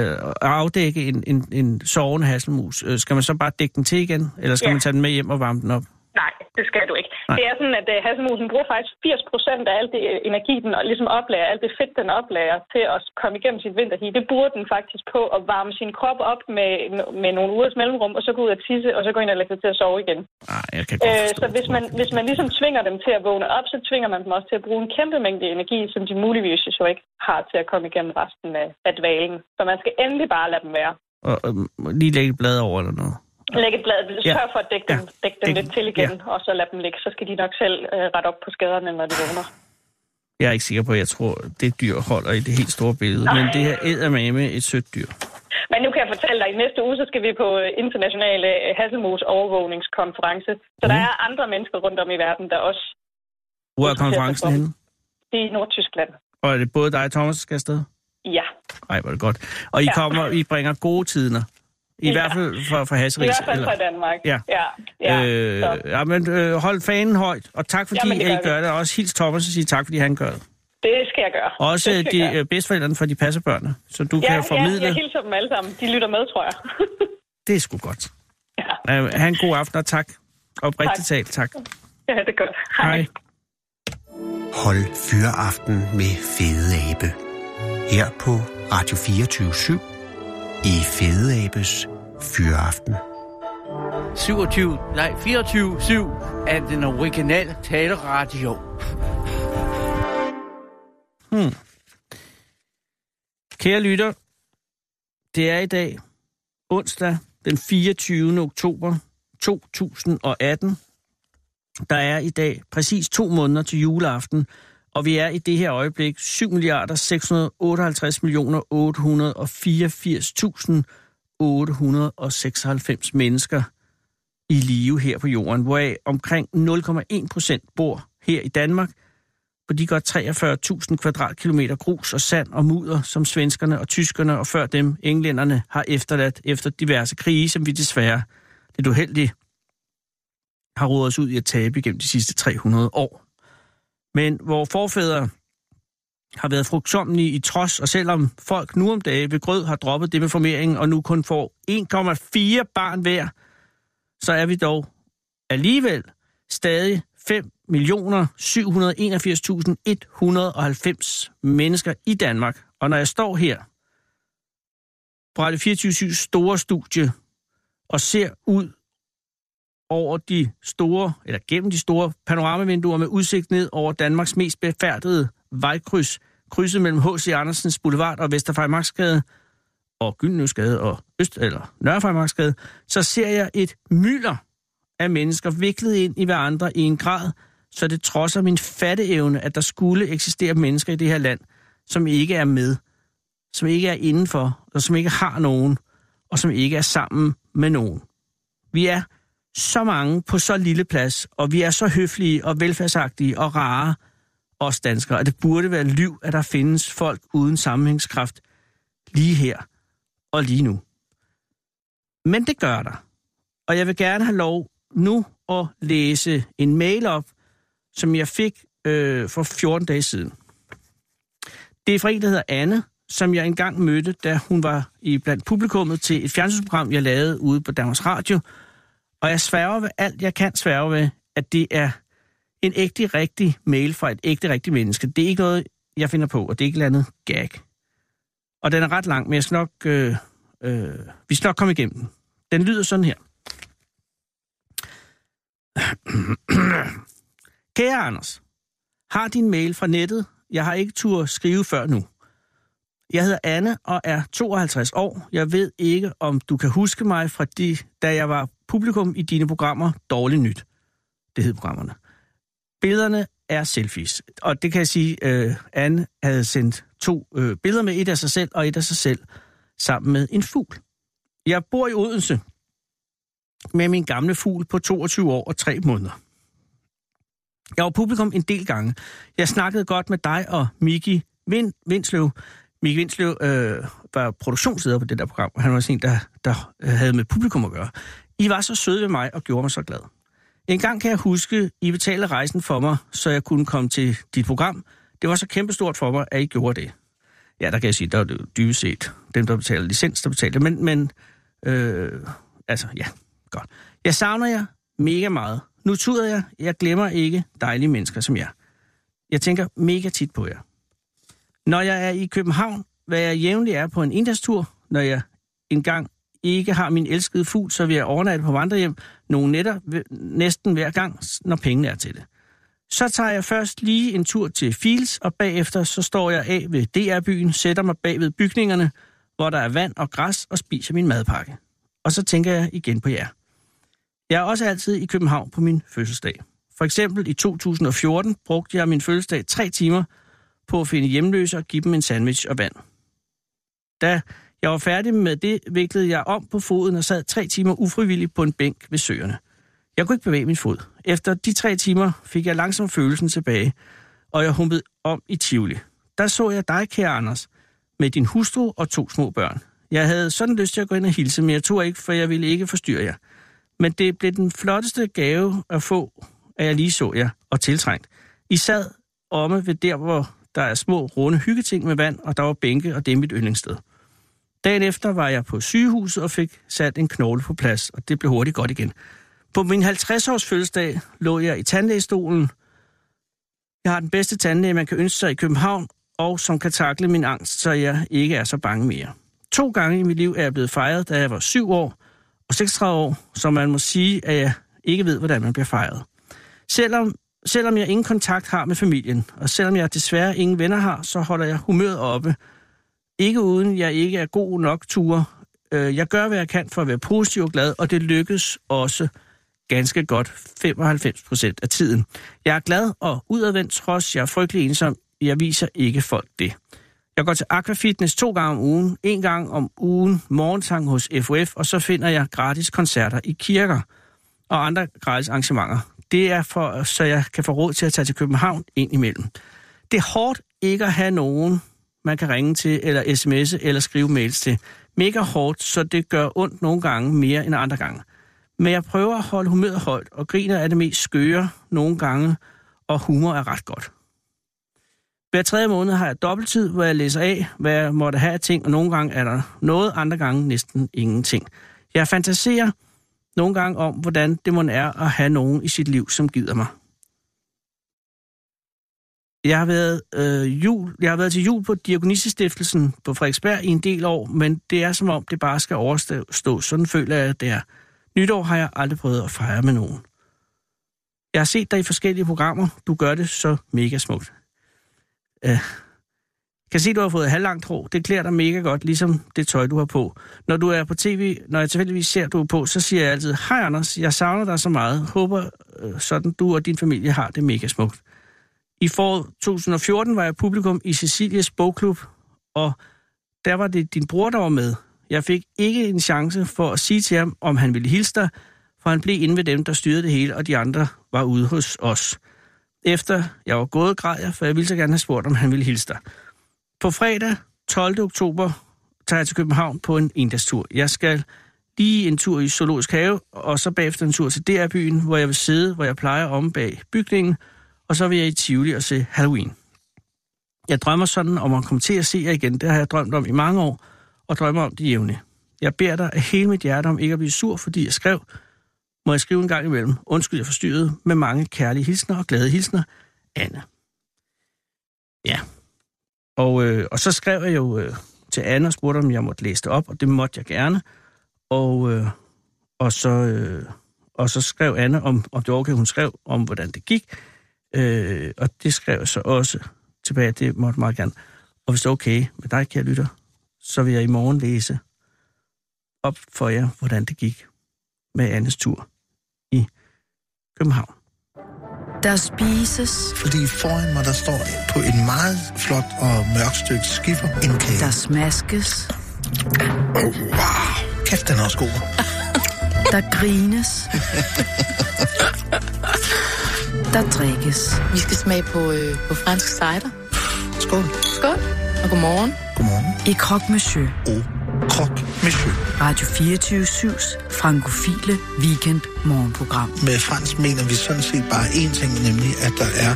D: at, at afdække en, en, en sovende hasselmus, øh, skal man så bare dække den til igen? Eller skal ja.
C: Ja.
D: man tage den med hjem og varme den op?
C: Nej, det skal du ikke.
D: Nej.
C: Nej. Det er sådan, at uh, hasselmusen bruger faktisk 80 procent af al det øh, energi, den og ligesom oplager, alt det fedt, den oplager til at komme igennem sit vinterhi. Det bruger den faktisk på at varme sin krop op med, med nogle ugers mellemrum, og så gå ud og tisse, og så gå ind og lægge sig til at sove igen.
D: Nej, jeg kan godt
C: Øh,
D: forstå
C: så
D: det.
C: hvis man, hvis man ligesom tvinger dem til at vågne op, så tvinger man dem også til at bruge en kæmpe mængde energi, som de muligvis jo ikke har til at komme igennem resten af, af dvalen. Så man skal endelig bare lade dem være.
D: Og, og lige lægge et blad over eller noget.
C: Læg et blad, sørg for at dække dem,
D: Ja.
C: dække dem
D: Dæk-
C: lidt til igen, og så lad dem ligge. Så skal de nok selv øh, rette op på skaderne, når de vågner.
D: Jeg er ikke sikker på, at jeg tror, det dyr holder i det helt store billede. Men det her eddermame et sødt dyr.
C: Men nu kan jeg fortælle dig, at i næste uge, så skal vi på øh, internationale øh, Hasselmos overvågningskonference. Så der
D: Mm.
C: er andre mennesker rundt om i verden, der også
D: Hvor er konferencen henne?
C: det er i Nordtyskland.
D: Og er det både dig og Thomas, der skal afsted?
C: Ja,
D: Nej, hvor er det godt. Og I
C: Ja.
D: kommer, I bringer gode tider. I
C: Ja.
D: hvert fald fra, fra
C: i
D: Hasseris.
C: hvert fald fra Danmark.
D: Ja.
C: ja, ja. Øh... Så.
D: øh, ja, men øh, hold fanen højt, og tak fordi
C: Jamen, det
D: at I
C: gør vi.
D: gør det. Og også hils Thomas og sige tak, fordi han gør det.
C: Det skal jeg gøre.
D: Også
C: det
D: øh,
C: skal
D: de
C: jeg gøre.
D: øh, bedsteforældrene for de passer børnene, så du
C: Ja,
D: kan formidle.
C: ja, jeg hilser dem alle sammen. De lytter med, tror jeg.
D: Det er sgu godt.
C: ja.
D: Øh, ha' en god aften, og tak. Oprigtigt
C: Tak.
D: talt, tak.
C: ja, det er godt.
D: Hej.
E: Hold Fyraften med Fede Abe. Her på Radio 24 i Fede Abes Fyraften.
F: 27, nej 24-7 af den originale taleradio.
D: Kære lytter, det er i dag onsdag den 24. oktober 2018. Der er i dag præcis to måneder til juleaften, og vi er i det her øjeblik 7 milliarder 658 millioner 884.896 mennesker i live her på jorden, hvoraf omkring 0,1 procent bor her i Danmark, på de godt 43.000 kvadratkilometer grus og sand og mudder, som svenskerne og tyskerne og før dem englænderne har efterladt efter diverse krige, som vi desværre lidt uheldigt har rodet os ud i at tabe gennem de sidste 300 år. Men hvor forfædre har været frugtsomlige i trods, og selvom folk nu om dage ved grød har droppet det med formeringen, og nu kun får 1,4 barn hver, så er vi dog alligevel stadig 5.781.190 mennesker i Danmark. Og når jeg står her på Radio 24 store studie og ser ud over de store, eller gennem de store panoramavinduer med udsigt ned over Danmarks mest befærdede vejkryds, krydset mellem H.C. Andersens Boulevard og Vesterfejmarksgade, og Gyldenøvsgade og Øst- eller Nørrefejmarksgade, så ser jeg et mylder af mennesker viklet ind i hverandre i en grad, så det trodser min fatteevne, at der skulle eksistere mennesker i det her land, som ikke er med, som ikke er indenfor, og som ikke har nogen, og som ikke er sammen med nogen. Vi er så mange på så lille plads, og vi er så høflige og velfærdsagtige og rare, os danskere, at det burde være liv, at der findes folk uden sammenhængskraft lige her og lige nu. Men det gør der. Og jeg vil gerne have lov nu at læse en mail op, som jeg fik øh, for 14 dage siden. Det er fra en, der hedder Anne, som jeg engang mødte, da hun var i blandt publikummet til et fjernsynsprogram, jeg lavede ude på Danmarks Radio. Og jeg sværger ved alt, jeg kan sværge ved, at det er en ægte, rigtig mail fra et ægte, rigtig menneske. Det er ikke noget, jeg finder på, og det er ikke et eller andet gag. Og den er ret lang, men jeg skal nok, øh, øh, vi skal nok komme igennem den. Den lyder sådan her. Kære Anders, har din mail fra nettet. Jeg har ikke tur skrive før nu. Jeg hedder Anne og er 52 år. Jeg ved ikke, om du kan huske mig fra de, da jeg var publikum i dine programmer Dårligt Nyt. Det hed programmerne. Billederne er selfies. Og det kan jeg sige, øh, Anne havde sendt to øh, billeder med. Et af sig selv og et af sig selv sammen med en fugl. Jeg bor i Odense med min gamle fugl på 22 år og 3 måneder. Jeg var publikum en del gange. Jeg snakkede godt med dig og Miki Vind, Vindsløv. Miki Vindsløv øh, var produktionsleder på det der program, og han var sådan en, der, der øh, havde med publikum at gøre. I var så søde ved mig og gjorde mig så glad. En gang kan jeg huske, I betalte rejsen for mig, så jeg kunne komme til dit program. Det var så kæmpestort for mig, at I gjorde det. Ja, der kan jeg sige, der er det jo dybest set dem, der betaler licens, der betaler. Men, men øh, altså, ja, godt. Jeg savner jer mega meget. Nu tuder jeg. Jeg glemmer ikke dejlige mennesker som jer. Jeg tænker mega tit på jer. Når jeg er i København, hvad jeg jævnligt er på en inddagstur, når jeg engang ikke har min elskede fugl, så vil jeg overnatte på vandrehjem nogle netter ved- næsten hver gang, når pengene er til det. Så tager jeg først lige en tur til Fils, og bagefter så står jeg af ved DR-byen, sætter mig bag ved bygningerne, hvor der er vand og græs, og spiser min madpakke. Og så tænker jeg igen på jer. Jeg er også altid i København på min fødselsdag. For eksempel i 2014 brugte jeg min fødselsdag tre timer på at finde hjemløse og give dem en sandwich og vand. Da jeg var færdig med det, viklede jeg om på foden og sad tre timer ufrivilligt på en bænk ved søerne. Jeg kunne ikke bevæge min fod. Efter de tre timer fik jeg langsomt følelsen tilbage, og jeg humpede om i Tivoli. Der så jeg dig, kære Anders, med din hustru og to små børn. Jeg havde sådan lyst til at gå ind og hilse, men jeg tog ikke, for jeg ville ikke forstyrre jer. Men det blev den flotteste gave at få, at jeg lige så jer og tiltrængt. I sad omme ved der, hvor der er små, runde hyggeting med vand, og der var bænke, og det er mit yndlingssted. Dagen efter var jeg på sygehuset og fik sat en knogle på plads, og det blev hurtigt godt igen. På min 50-års fødselsdag lå jeg i tandlægestolen. Jeg har den bedste tandlæge, man kan ønske sig i København, og som kan takle min angst, så jeg ikke er så bange mere. To gange i mit liv er jeg blevet fejret, da jeg var 7 år og 36 år, så man må sige, at jeg ikke ved, hvordan man bliver fejret. Selvom, selvom jeg ingen kontakt har med familien, og selvom jeg desværre ingen venner har, så holder jeg humøret oppe. Ikke uden jeg ikke er god nok ture. Øh, Jeg gør, hvad jeg kan for at være positiv og glad, og det lykkes også ganske godt 95 procent af tiden. Jeg er glad og udadvendt, trods jeg er frygtelig ensom. Jeg viser ikke folk det. Jeg går til Aquafitness to gange om ugen, en gang om ugen morgensang hos FOF, og så finder jeg gratis koncerter i kirker og andre gratis arrangementer. Det er for, så jeg kan få råd til at tage til København ind imellem. Det er hårdt ikke at have nogen, man kan ringe til, eller sms'e, eller skrive mails til. Mega hårdt, så det gør ondt nogle gange mere end andre gange. Men jeg prøver at holde humøret højt, og griner af det mest skøre nogle gange, og humor er ret godt. Hver tredje måned har jeg dobbelttid, hvor jeg læser af, hvad jeg måtte have af ting, og nogle gange er der noget, andre gange næsten ingenting. Jeg fantaserer nogle gange om, hvordan det må er at have nogen i sit liv, som gider mig. Jeg har været, øh, jul, jeg har været til jul på Diakonisestiftelsen på Frederiksberg i en del år, men det er som om, det bare skal overstå. Sådan føler jeg, det er. Nytår har jeg aldrig prøvet at fejre med nogen. Jeg har set dig i forskellige programmer. Du gør det så mega smukt. Øh. Kan se, du har fået halvlangt hår. Det klæder dig mega godt, ligesom det tøj, du har på. Når du er på tv, når jeg tilfældigvis ser, du er på, så siger jeg altid, Hej Anders, jeg savner dig så meget. Håber øh, sådan, du og din familie har det mega smukt. I foråret 2014 var jeg publikum i Cecilies bogklub, og der var det din bror, der var med. Jeg fik ikke en chance for at sige til ham, om han ville hilse dig, for han blev inde ved dem, der styrede det hele, og de andre var ude hos os. Efter jeg var gået, græd jeg, for jeg ville så gerne have spurgt, om han ville hilse dig. På fredag, 12. oktober, tager jeg til København på en endagstur. Jeg skal lige en tur i Zoologisk Have, og så bagefter en tur til DR-byen, hvor jeg vil sidde, hvor jeg plejer om bag bygningen, og så vil jeg i Tivoli og se Halloween. Jeg drømmer sådan om at komme til at se jer igen. Det har jeg drømt om i mange år, og drømmer om det jævne. Jeg beder dig af hele mit hjerte om ikke at blive sur, fordi jeg skrev, må jeg skrive en gang imellem. Undskyld, jeg forstyrrede. Med mange kærlige hilsner og glade hilsner. Anna. Ja. Og, øh, og så skrev jeg jo øh, til Anna og spurgte, om jeg måtte læse det op, og det måtte jeg gerne. Og, øh, og, så, øh, og så skrev Anna, om, om det var okay, hun skrev, om hvordan det gik. Øh, og det skrev jeg så også tilbage, det måtte meget gerne. Og hvis det er okay med dig, kære lytter, så vil jeg i morgen læse op for jer, hvordan det gik med Annes tur i København.
A: Der spises,
G: Fordi foran mig, der står på et meget flot og mørkt stykke skiffer en kage.
A: der smaskes,
G: Kæft, den er også god.
A: der grines, der drikkes.
H: Vi skal smage på, øh, på fransk cider.
G: Skål.
H: Skål. Og godmorgen.
G: Godmorgen.
A: I Croque Monsieur,
G: Oh. Krok Monsieur.
A: Radio 24-7's frankofile weekend morgenprogram.
G: Med fransk mener vi sådan set bare én ting, nemlig at der er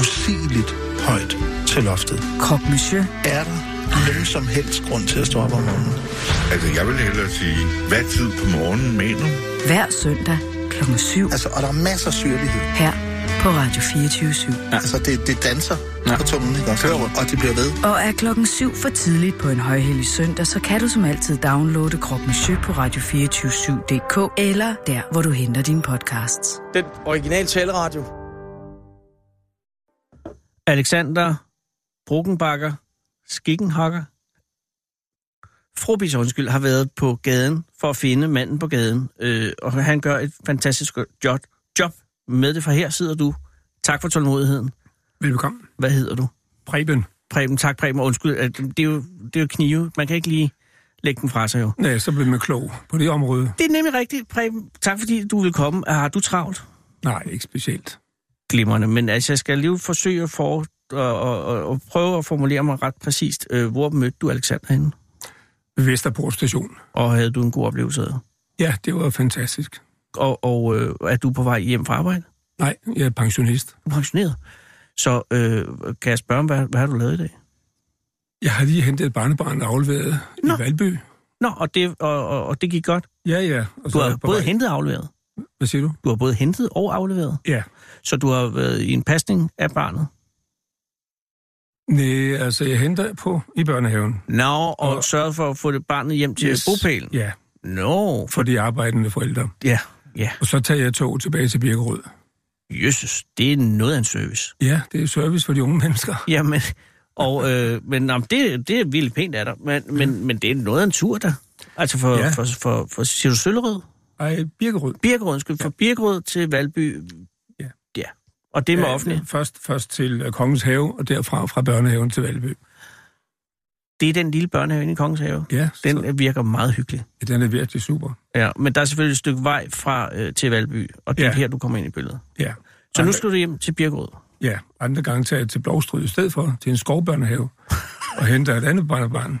G: usigeligt højt til loftet.
A: Croque Monsieur,
G: Er der nogen som helst grund til at stå op om morgenen?
I: Altså, jeg vil hellere sige, hvad tid på morgenen mener du?
A: hver søndag kl. 7
G: Altså, og der er masser af syrlighed.
A: her på Radio 24-7.
G: Altså, det, det danser ja. på tungen, ikke også? Og det bliver ved.
A: Og er klokken 7 for tidligt på en højhellig søndag, så kan du som altid downloade Krop Monsieur på radio247.dk eller der, hvor du henter dine podcasts.
B: Den originale taleradio.
D: Alexander Bruckenbakker Skikkenhakker Frobis, undskyld, har været på gaden for at finde manden på gaden, øh, og han gør et fantastisk godt job, job med det, for her sidder du. Tak for tålmodigheden.
J: Velbekomme.
D: Hvad hedder du?
J: Preben.
D: Preben, tak Preben, og undskyld, at det er, jo, det er jo knive, man kan ikke lige lægge den fra sig jo.
J: Ja, så blev man klog på det område.
D: Det er nemlig rigtigt, Preben. Tak fordi du vil komme. Har du travlt?
J: Nej, ikke specielt.
D: glimrende, men altså, jeg skal lige forsøge at for, og, og, og, og prøve at formulere mig ret præcist. Øh, hvor mødte du Alexander henne?
J: Ved Vesterport station.
D: Og havde du en god oplevelse af det?
J: Ja, det var fantastisk.
D: Og, og øh, er du på vej hjem fra arbejde?
J: Nej, jeg er pensionist.
D: Du er pensioneret. Så øh, kan jeg spørge om, hvad, hvad har du lavet i dag?
J: Jeg har lige hentet et barnebarn og afleveret
D: Nå.
J: i Valby.
D: Nå, og det, og, og, og det gik godt.
J: Ja, ja. Og
D: Du
J: er
D: har
J: jeg på
D: både
J: vej-
D: hentet og afleveret.
J: Hvad siger du?
D: Du har både hentet og afleveret,
J: Ja.
D: så du har været i en pasning af barnet.
J: Nej, altså jeg henter på i børnehaven.
D: Nå, og
J: Og-
D: sørget for at få det barnet hjem til yes. bopælen.
J: Ja,
D: Nå,
J: for de arbejdende forældre.
D: ja, ja.
J: Og så tager jeg tog tilbage til Birkerød.
D: Jesus, det er noget af en service.
J: Ja, det er service for de unge mennesker.
D: Jamen, og, øh, men jamen, det, det er vildt pænt af dig, men, men, men det er noget af en tur, der. Altså for, ja.
J: Ja.
D: for, for, for, siger du Søllerød?
J: Ej, Birkerød.
D: Birkerød, undskyld, fra Birkerød til Valby.
J: Ja.
D: ja. Og det er med
J: Ja,
D: offentligt.
J: Først, først til øh, Kongens Have, og derfra fra børnehaven til Valby.
D: Det er den lille børnehave inde i Kongens Have.
J: Ja, den, så,
D: Den virker meget hyggelig.
J: ja, den er virkelig super.
D: Ja, men der er selvfølgelig et stykke vej fra øh, til Valby, og det er
J: Ja.
D: her, du kommer ind i billedet.
J: Ja.
D: Så nu
J: Andre-
D: skal du hjem til Birkerød.
J: Ja, andre gange tager jeg til Blovstrød i stedet for, til en skovbørnehave, og henter et andet barnebarn.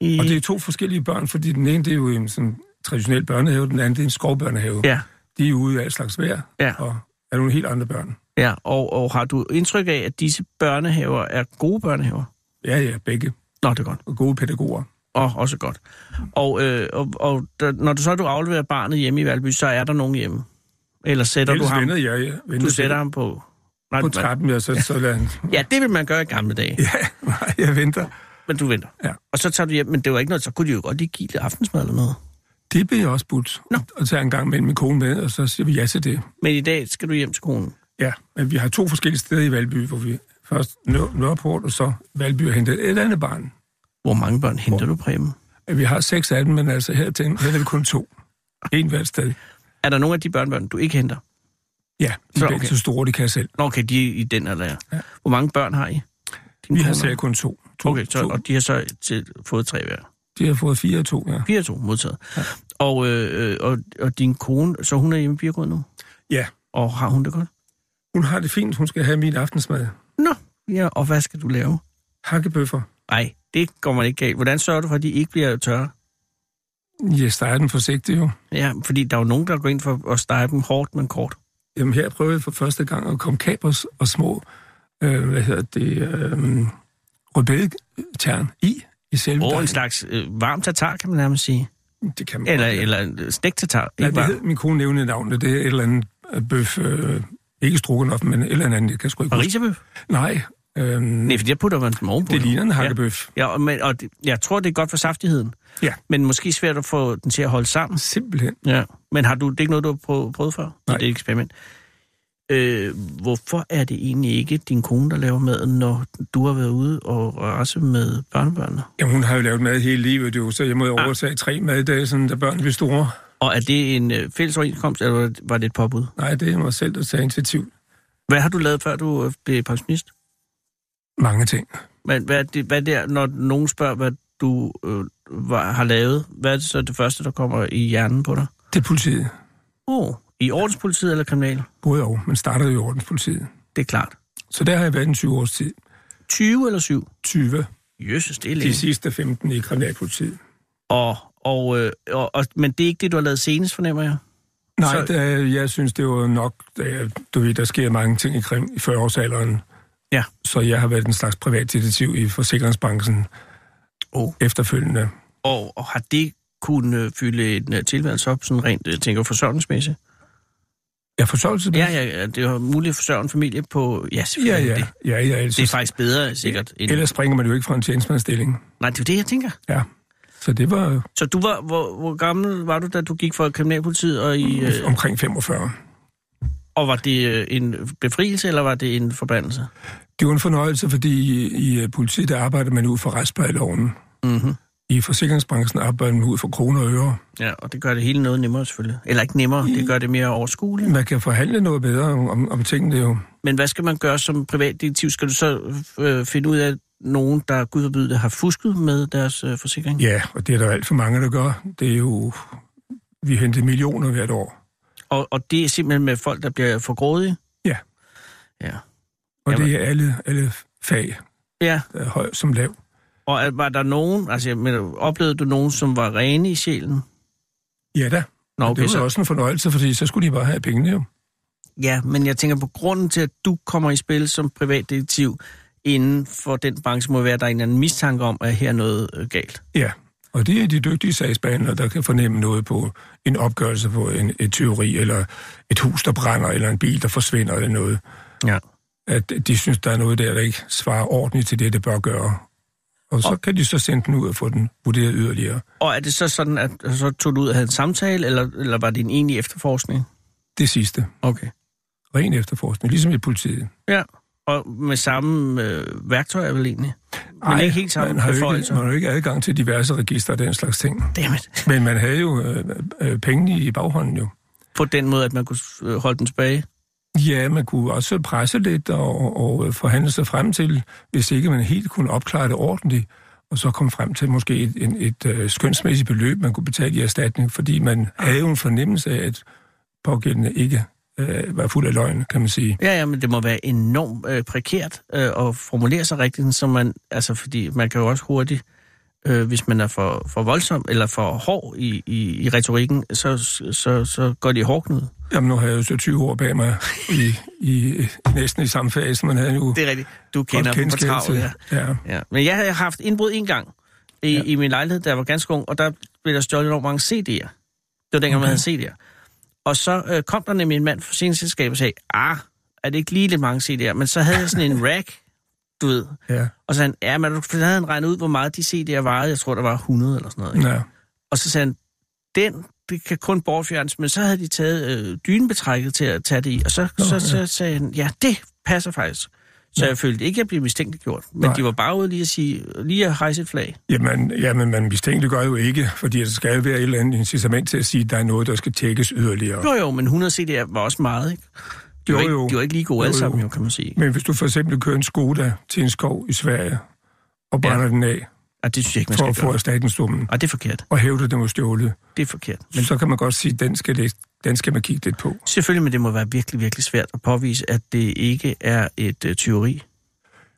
D: I...
J: Og det er to forskellige børn, fordi den ene det er jo en sådan, traditionel børnehave, den anden det er en skovbørnehave.
D: Ja,
J: De er ude af alt slags vejr,
D: Ja.
J: og er nogle helt andre børn.
D: ja. Og, og har du indtryk af, at disse børnehaver er gode børnehaver?
J: Ja, ja, begge.
D: Nå, det er godt.
J: Og gode pædagoger.
D: Og også godt. Og, øh, og, og der, når du så du afleverer barnet hjemme i Valby, så er der nogen hjemme. Eller sætter
J: Ellers
D: du ham,
J: vender jeg, jeg vender
D: du sætter ham på... Nej,
J: på
D: man-
J: trappen, og så, så lader han...
D: Ja, det vil man gøre i gamle dage,
J: Ja, nej, jeg venter.
D: men du venter.
J: Ja.
D: Og så tager du hjem, men det var ikke noget, så kunne de jo godt lige give lidt aftensmad eller noget.
J: Det bliver jeg også budt.
D: Nå.
J: Og tager en gang mellem min kone med, og så siger vi ja til det.
D: Men i dag skal du hjem til konen.
J: Ja, men vi har to forskellige steder i Valby, hvor vi først Nør- Nørreport, og så Valby og hentede et andet barn.
D: Hvor mange børn henter du, Preben?
J: Vi har seks af dem, men altså her, til, her er vi kun to. En hvert sted.
D: Er der nogen af de børnebørn, du ikke henter?
J: Ja, de
D: Så,
J: er begge
D: okay.
J: så store, de kan selv.
D: Nå, okay, de er i den alder. Ja.
J: Ja.
D: Hvor mange børn har I? Din
J: Vi har
D: kone
J: selv kun to. to
D: Okay, så,
J: to.
D: og de har så til, fået tre hver.
J: De har fået fire og to, ja.
D: Fire to modtaget. Ja. Og, øh, øh, og, og din kone, så hun er hjemme i Birkerød nu?
J: Ja,
D: Og har hun det godt?
J: hun har det fint. Hun skal have min aftensmad.
D: Nå, ja, og hvad skal du lave?
J: Hakkebøffer.
D: Nej, det går man ikke galt. Hvordan sørger du for, at de ikke bliver tørre?
J: Jeg steger den forsigtigt jo.
D: Ja, fordi der er jo nogen, der går ind for at stege dem hårdt, men kort.
J: Jamen her prøvede jeg for første gang at komme kapers og små, øh, hvad hedder det, øh, rødbedetern i, i selve
D: Og en
J: dejen.
D: slags øh, varm tatar, kan man nærmest sige.
J: Det kan man
D: Eller,
J: godt, ja.
D: eller en stegt tatar.
J: Ja,
D: Ikke
J: det
D: varm.
J: hed, min kone nævnte navnet, det er et eller andet øh, bøf, øh, ikke strukkenoff, men et eller andet, jeg kan sgu ikke
D: Og
J: huske.
D: risebøf?
J: Nej, øh,
D: Nej, fordi der putter man dem ovenpå.
J: det ligner en
D: Ja.
J: hakkebøf.
D: Ja, og, men, og det, jeg tror, det er godt for saftigheden.
J: Ja.
D: Men måske svært at få den til at holde sammen.
J: Simpelthen.
D: Ja. Men har du, det er ikke noget, du har prøvet, prøvet før?
J: Nej.
D: Det er et eksperiment. Øh, hvorfor er det egentlig ikke din kone, der laver maden, når du har været ude og rase med børnebørnene?
J: Jamen, hun har jo lavet mad hele livet, jo, så jeg må
D: Ah.
J: jo overtage tre maddage, sådan, da børnene blev store.
D: Og er det en øh, fælles overenskomst, eller var det et påbud?
J: Nej, det er mig selv, der tager initiativ.
D: Hvad har du lavet, før du øh, blev pensionist?
J: Mange ting.
D: Men hvad er det, hvad er det når nogen spørger, hvad du øh, var, har lavet? Hvad er det så det første, der kommer i hjernen på dig?
J: Det er politiet.
D: Åh, oh, i ordenspolitiet eller kriminal?
J: Både og. Man startede jo i ordenspolitiet.
D: Det er klart.
J: Så der har jeg været en 20 års tid.
D: 20 eller 7?
J: 20.
D: Jøsses, det er
J: De
D: længe.
J: sidste 15 i kriminalpolitiet.
D: Og, og, øh, og, og, men det er ikke det, du har lavet senest, fornemmer jeg?
J: Nej,
D: Så-
J: da, jeg synes, det var nok... Da, du ved, der sker mange ting i Krim i 40-årsalderen.
D: Ja.
J: Så jeg har været en slags privatdetektiv i forsikringsbranchen
D: Oh.
J: efterfølgende.
D: Og, og har det kunne øh, fylde en øh, tilværelse op, sådan rent, jeg tænker, forsørgelsesmæssigt?
J: Jeg forsørgelse.
D: Ja, ja, ja, det er muligt at forsørge en familie på... Ja,
J: Ja,
D: selvfølgelig.
J: ja.
D: Det,
J: ja, ja ellers,
D: det er faktisk bedre, sikkert. End,
J: ellers springer man jo ikke fra en tjenestemandstilling.
D: Nej, det er jo det, jeg tænker.
J: Ja. Så det var
D: Så du var, hvor, hvor gammel var du, da du gik fra kriminalpolitiet, og, i,
J: øh,
D: øh,
J: omkring 45.
D: og var det øh, en befrielse, eller var det en forbandelse?
J: Det var en fornøjelse, fordi i, i øh, politiet der arbejder man ud fra retsplejeloven.
D: Mm-hmm.
J: I forsikringsbranchen arbejder man ud fra kroner og øre.
D: Ja, og det gør det hele noget nemmere selvfølgelig. Eller ikke nemmere, det gør det mere overskueligt.
J: Man kan forhandle noget bedre om, om tingene jo.
D: Men hvad skal man gøre som privatdetektiv? Skal du så øh, finde ud af, at nogen, der gud forbyde det, har fusket med deres øh, forsikring?
J: Ja, og det er der jo alt for mange, der gør. Det er jo... Vi henter millioner hvert år.
D: Og, og det er simpelthen med folk, der bliver for grådige?
J: Ja.
D: Ja.
J: Og
D: Jamen.
J: det er alle, alle fag,
D: Ja,
J: der er høj som lav.
D: og er- var der nogen, altså jeg mener, oplevede du nogen, som var rene i sjælen?
J: Ja da.
D: Nå,
J: Okay,
D: okay,
J: det var
D: så,
J: da også en fornøjelse, fordi så skulle de bare have pengene jo.
D: ja, men jeg tænker på grunden til, at du kommer i spil som privatdetektiv inden for den branche, må være, at der er en eller anden mistanke om, at her er noget øh, galt.
J: Ja, Og det er de dygtige sagsbehandlere, der kan fornemme noget på en opgørelse på en, et teori, eller et hus, der brænder, eller en bil, der forsvinder, eller noget.
D: Ja.
J: At de synes, der er noget der, der ikke svarer ordentligt til det, det bør gøre. Og så kan de så sende den ud og få den vurderet yderligere.
D: Og er det så sådan, at så tog du ud og havde en samtale, eller, eller var det en egentlig efterforskning?
J: Det sidste.
D: Okay.
J: Ren efterforskning, ligesom i politiet.
D: Ja, og med samme øh, værktøjer vel egentlig? Men
J: Ej,
D: ikke helt samme
J: man har, jo ikke,
D: beføjelser.
J: man har jo ikke adgang til diverse register og den slags ting.
D: Dammit.
J: Men man havde jo øh, øh, pengene i baghånden jo.
D: På den måde, at man kunne øh, holde den tilbage.
J: Ja, man kunne også presse lidt og, og øh, forhandle sig frem til, hvis ikke man helt kunne opklare det ordentligt, og så komme frem til måske et, en, et øh, skønsmæssigt beløb, man kunne betale i erstatning, fordi man havde jo en fornemmelse af, at pågældende ikke øh, var fuld af løgn, kan man sige.
D: Ja, ja, men det må være enormt øh, prekært øh, at formulere sig rigtigt, så man, altså, fordi man kan jo også hurtigt, øh, hvis man er for, for voldsom eller for hård i, i, i retorikken, så, så, så går det i hårdknud.
J: Jamen, nu har jeg jo så 20 år bag mig i, i næsten i samme fag, som man havde jo
D: Det er rigtigt. Du
J: godt
D: kender dem på
J: kendskab
D: travl,
J: til.
D: ja.
J: ja.
D: ja. Men jeg havde haft indbrud en gang i, ja. i min lejlighed, da jeg var ganske ung, og der blev der stjålet enormt mange CD'er. Det var dengang, okay. man havde CD'er. Og så øh, kom der nemlig en mand fra sceneselskabet og sagde, ah, er det ikke lige lidt mange CD'er? Men så havde jeg sådan en rack, du ved.
J: Ja.
D: Og så sagde han, ja, men så havde han regnet ud, hvor meget de CD'er varede. Jeg tror, der var 100 eller sådan noget. Ikke?
J: Ja.
D: Og så sagde han, den det kan kun bortfjernes, men så havde de taget øh, dynebetrækket til at tage det i, og så, Nå, så, ja. så sagde han, ja, det passer faktisk. Så ja. jeg følte ikke, at jeg blev mistænkeliggjort, men
J: Nej.
D: Nej. de var bare ude lige at sige, lige at hejse et flag.
J: Jamen, jamen, man mistænkeliggør jo ikke, fordi der skal jo være et eller andet incitament til at sige, at der er noget, der skal tjekkes yderligere.
D: Jo jo, men 100 CD'er var også meget, ikke? De var,
J: Jo,
D: ikke,
J: jo.
D: De var ikke lige gode
J: Jo,
D: alle
J: jo.
D: sammen, jo, kan man sige.
J: Men hvis du for eksempel kører en Skoda til en skov i Sverige, og brænder ja. den af
D: Og det synes jeg ikke, man
J: for
D: skal
J: at få
D: gøre.
J: erstatningssummen,
D: Og det er forkert.
J: og hævder den var stjålet,
D: Det er forkert.
J: men så kan man godt sige, at den skal, det, den skal man kigge lidt på.
D: Selvfølgelig, men det må være virkelig, virkelig svært at påvise, at det ikke er et øh, tyveri.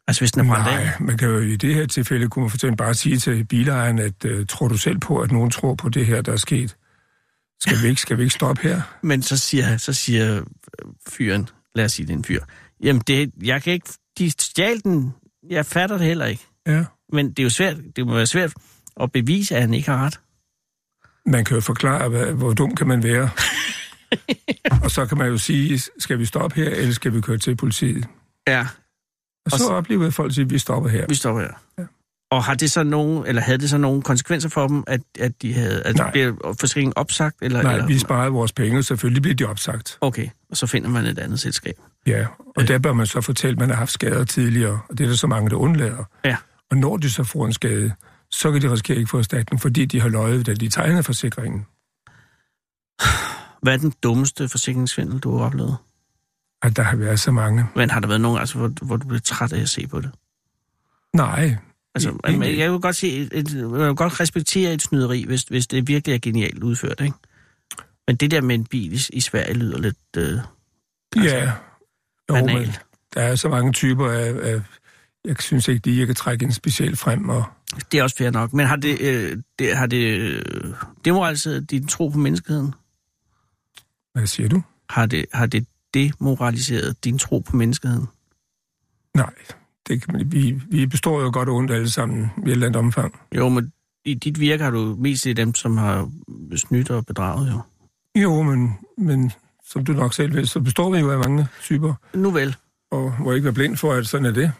D: Altså, hvis den er brændt
J: Nej,
D: af.
J: man kan jo i det her tilfælde, kunne man for eksempel bare sige til bilejeren, at uh, tror du selv på, at nogen tror på det her, der er sket? Skal vi ikke, skal vi ikke stoppe her?
D: Men så siger, så siger øh, fyren, lad os sige, det er en fyr, jamen, det, jeg kan ikke, de stjal den, jeg fatter det heller ikke.
J: Ja.
D: Men det er jo svært, det må være svært at bevise, at han ikke har ret.
J: Man kan jo forklare, hvad, hvor dum kan man være. og så kan man jo sige, skal vi stoppe her, eller skal vi køre til politiet?
D: Ja.
J: Og
D: Og
J: så
D: så-
J: oplever jeg, at folk siger, at vi stopper her.
D: Vi stopper her. Ja. Og har det så nogen, eller havde det så nogen konsekvenser for dem, at, at de havde, at
J: Nej.
D: bliver forsikringen opsagt? Eller,
J: Nej,
D: eller,
J: vi sparer vores penge, selvfølgelig bliver de opsagt.
D: Okay, og så finder man et andet selskab.
J: Ja, og der bør man så fortælle, at man har haft skader tidligere, og det er der så mange, der undlader.
D: Ja.
J: Og når de så får en skade, så kan de risikere ikke at få erstatning, fordi de har løjet, da de tegnede forsikringen.
D: Hvad er den dummeste forsikringssvindel, du har oplevet?
J: At der har været så mange.
D: Men har der været nogen, altså, hvor, hvor du blev træt af at se på det?
J: Nej,
D: Altså,
J: Egentlig
D: jeg,
J: ikke.
D: jeg vil godt sige, et, et, jeg vil godt respektere et snyderi, hvis, hvis det virkelig er genialt udført, ikke? Men det der med en bil i, i Sverige lyder lidt... Øh, Altså,
J: ja. men
D: banalt.
J: der er så mange typer af, af... Jeg synes ikke lige, jeg kan trække en speciel frem, og
D: det er også fair nok. Men har det, øh, det, har det øh, demoraliseret din tro på menneskeheden?
J: hvad siger du?
D: Har det, har det demoraliseret din tro på menneskeheden?
J: Nej, det kan, man- vi, vi består jo godt og ondt alle sammen i et eller andet omfang.
D: Jo, men i dit virke har du mest set dem, som har snydt og bedraget, jo.
J: Jo, men, men som du nok selv ved, så består vi jo af mange typer,
D: Nu vel.
J: og må ikke være blind for, at sådan er det.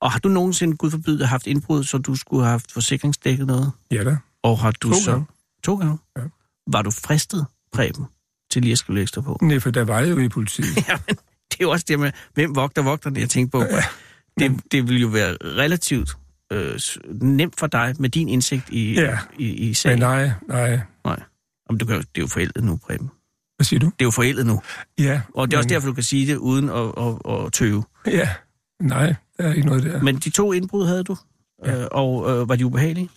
D: Og har du nogensinde, gud forbyde, haft indbrud, så du skulle have haft forsikringsdækket noget?
J: Ja da.
D: Og har du
J: To
D: så...
J: gange.
D: To gange?
J: Ja.
D: Var du fristet, Preben, til lige at skrive ekstra på?
J: Nej, for der var jeg jo i politiet.
D: Jamen, det er jo også det med, hvem vogter vogterne, jeg tænker på. Det, det vil jo være relativt øh, s- nemt for dig med din indsigt i,
J: Ja.
D: i, i
J: Men
D: sagen.
J: nej, nej.
D: Nej. Jamen, du kan, jo- det er jo forældet nu, Preben.
J: Hvad siger du?
D: Det er jo forældet nu.
J: Ja.
D: Og det er
J: men,
D: også derfor, du kan sige det uden at, at, at tøve.
J: Ja. Nej, der er ikke noget der.
D: Men de to indbrud havde du,
J: Ja.
D: øh, og øh, var de ubehagelige?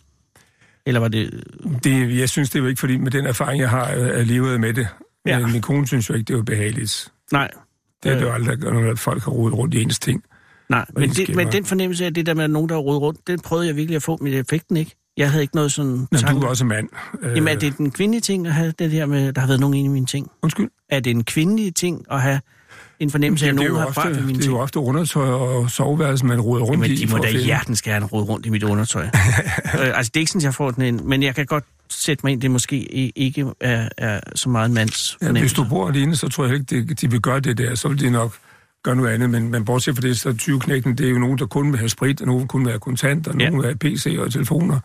D: Eller var det...
J: Det, jeg synes, det er jo ikke fordi, med den erfaring, jeg har, øh, at jeg levet med det.
D: Ja.
J: Men min kone synes jo ikke, det er jo behageligt.
D: Nej,
J: Det er det jo
D: Øh.
J: aldrig, når folk har rodet rundt i ens ting.
D: nej. Men,
J: det sker
D: det, men
J: bare.
D: den fornemmelse af det der med, at nogen der råder rundt, den prøvede jeg virkelig at få, men jeg fik den ikke. Jeg havde ikke noget sådan...
J: Nå,
D: tanke.
J: du er også mand. Øh,
D: Jamen, er det den kvindelige ting at have det her med, der har været nogen inde i mine ting?
J: Undskyld.
D: Er det en kvindelig ting at have en fornemmelse af, at
J: det, er
D: nogen
J: jo
D: har
J: ofte,
D: bragt ved mine
J: det er jo
D: ting.
J: ofte undertøj og soveværelse, man roder rundt
D: Men
J: i.
D: de
J: for
D: må
J: at
D: da
J: finde.
D: hjertens gerne rode rundt i mit undertøj. øh, altså, det er ikke sådan, jeg får den ind, men jeg kan godt sætte mig ind, det måske i- ikke er, er så meget en mands
J: Ja, hvis
D: fornemmelse.
J: du bor alene, så tror jeg ikke, det- de vil gøre det der. Så vil de nok gøre noget andet. Men, men bortset fra det, så 20-knægten, det er jo nogen, der kun vil have sprit, og nogen kun vil have kontant, og
D: Ja.
J: nogen vil have PC og telefoner.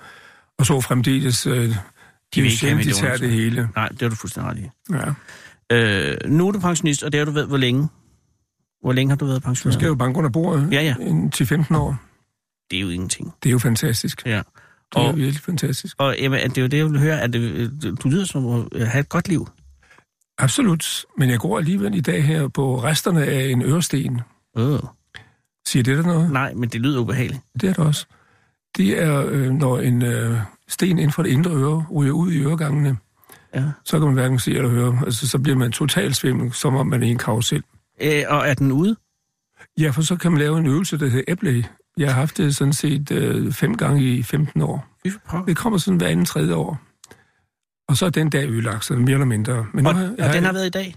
J: Og så fremdeles, øh, de, de,
D: vil
J: vil
D: ikke have
J: de
D: mit
J: tager
D: undertøj.
J: det hele.
D: Nej, det har du fuldstændig ret i.
J: Ja.
D: Øh, nu er du pensionist, og det har du ved, hvor længe? Hvor længe har du været
J: Så
D: pensionist?
J: skal jeg jo banke under bordet
D: Ja, ja.
J: en 10-15 år.
D: Det er jo ingenting.
J: Det er jo fantastisk.
D: Ja.
J: Det er
D: Og,
J: virkelig fantastisk.
D: og Emma, det er jo det, jeg vil høre, at øh, du lyder som øh, at have et godt liv.
J: Absolut. Men jeg går alligevel i dag her på resterne af en øresten.
D: Øh.
J: Siger det dig noget?
D: Nej, men det lyder ubehageligt.
J: Det er det også. Det er, øh, når en øh, sten inden for det indre øre ryger ud i øregangene,
D: Ja.
J: så kan man hverken se eller høre. Altså, så bliver man totalt svimmel, som om man er i en karusel.
D: Øh, og er den ude?
J: Ja, for så kan man lave en øvelse, der hedder æble. Jeg har haft det sådan set øh, fem gange i 15 år.
D: Fy for pokker.
J: Det kommer sådan hver anden tredje år. Og så er den dag ødelagt, sådan mere eller mindre. Men nu
D: Og,
J: har-
D: og
J: har
D: den
J: jeg-
D: har været i dag?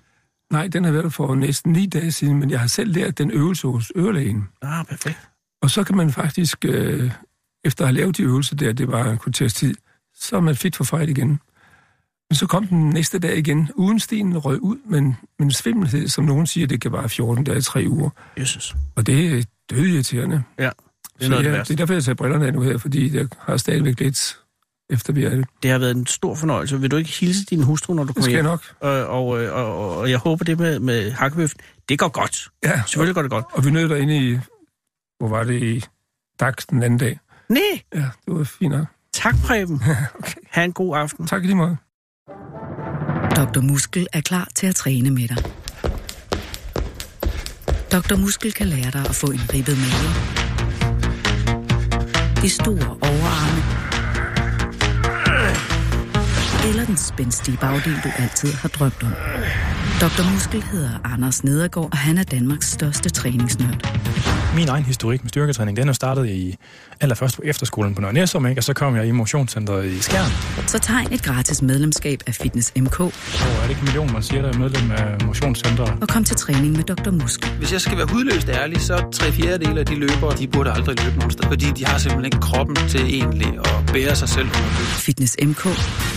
J: Nej, den har været der for næsten ni dage siden, men jeg har selv lært den øvelse hos ørelægen.
D: Ah, perfekt.
J: Og så kan man faktisk, øh, efter at have lavet de øvelser der, det var en kvarters tid, så er man fit for fight igen. Men så kom den næste dag igen, uden stenen røg ud, men, men svimmelhed, som nogen siger, det kan vare 14 dage, 3 uger.
D: Jesus.
J: Og det er døde irriterende.
D: Ja, det er
J: Så
D: noget af det
J: jeg, det
D: værste.
J: er derfor, jeg tager brillerne af nu her, fordi jeg har stadigvæk lidt efter vi er det.
D: Det har været en stor fornøjelse. Vil du ikke hilse din hustru, når du
J: Det
D: kommer
J: skal jeg
D: hjem?
J: nok.
D: Og, og, øh, og, og, og jeg håber det med, med hakkebøffen. Det går godt.
J: Ja,
D: Selvfølgelig går det godt.
J: og vi nød derinde i, hvor var det i DAX den anden dag.
D: Nej,
J: Ja, det var fint nok.
D: tak Preben.
J: Okay.
D: Ha' en god aften.
J: Tak i lige måde.
A: Dr. Muskel er klar til at træne med dig. Dr. Muskel kan lære dig at få en ribbet mave, de store overarme, eller den spændstige bagdel, du altid har drømt om. Dr. Muskel hedder Anders Nedergaard, og han er Danmarks største træningsnørd.
K: Min egen historik med styrketræning, den er startet i allerførst på efterskolen på Nørre Næsum, ikke? og så kom jeg i motionscenteret i Skjern.
A: Så tegn et gratis medlemskab af Fitness MK
K: Og er det ikke en million, man siger, der er medlem af motionscenteret?
A: og kom til træning med Dr. Muskel.
L: Hvis jeg skal være hudløst ærlig, så tre fjerdedele af de løbere, de burde aldrig løbe nogen sted, fordi de har simpelthen ikke kroppen til egentlig at bære sig selv under løbet.
A: Fitness MK.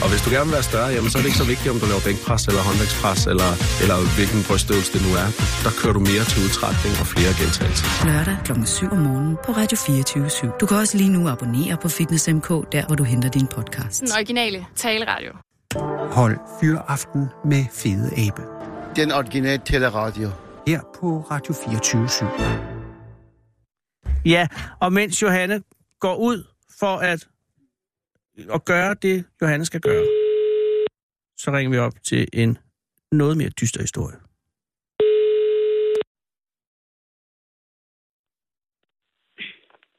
M: Og hvis du gerne vil være større, jamen, så er det ikke så vigtigt, om du laver bænkpres eller håndvægtspres, eller, eller hvilken brystøvelse det nu er. Der kører du mere til udtrætning og flere gentagelser.
A: Lørdag kl. 7 om morgenen på Radio 24 7. Du kan også lige nu abonnere på Fitness MK, der hvor du henter din podcast.
N: Den originale taleradio.
E: Hold Fyraften med Fede Abe.
O: Den originale teleradio.
E: Her på Radio 24 7.
D: Ja, og mens Johanne går ud for at, at gøre det, Johanne skal gøre, så ringer vi op til en noget mere dyster historie.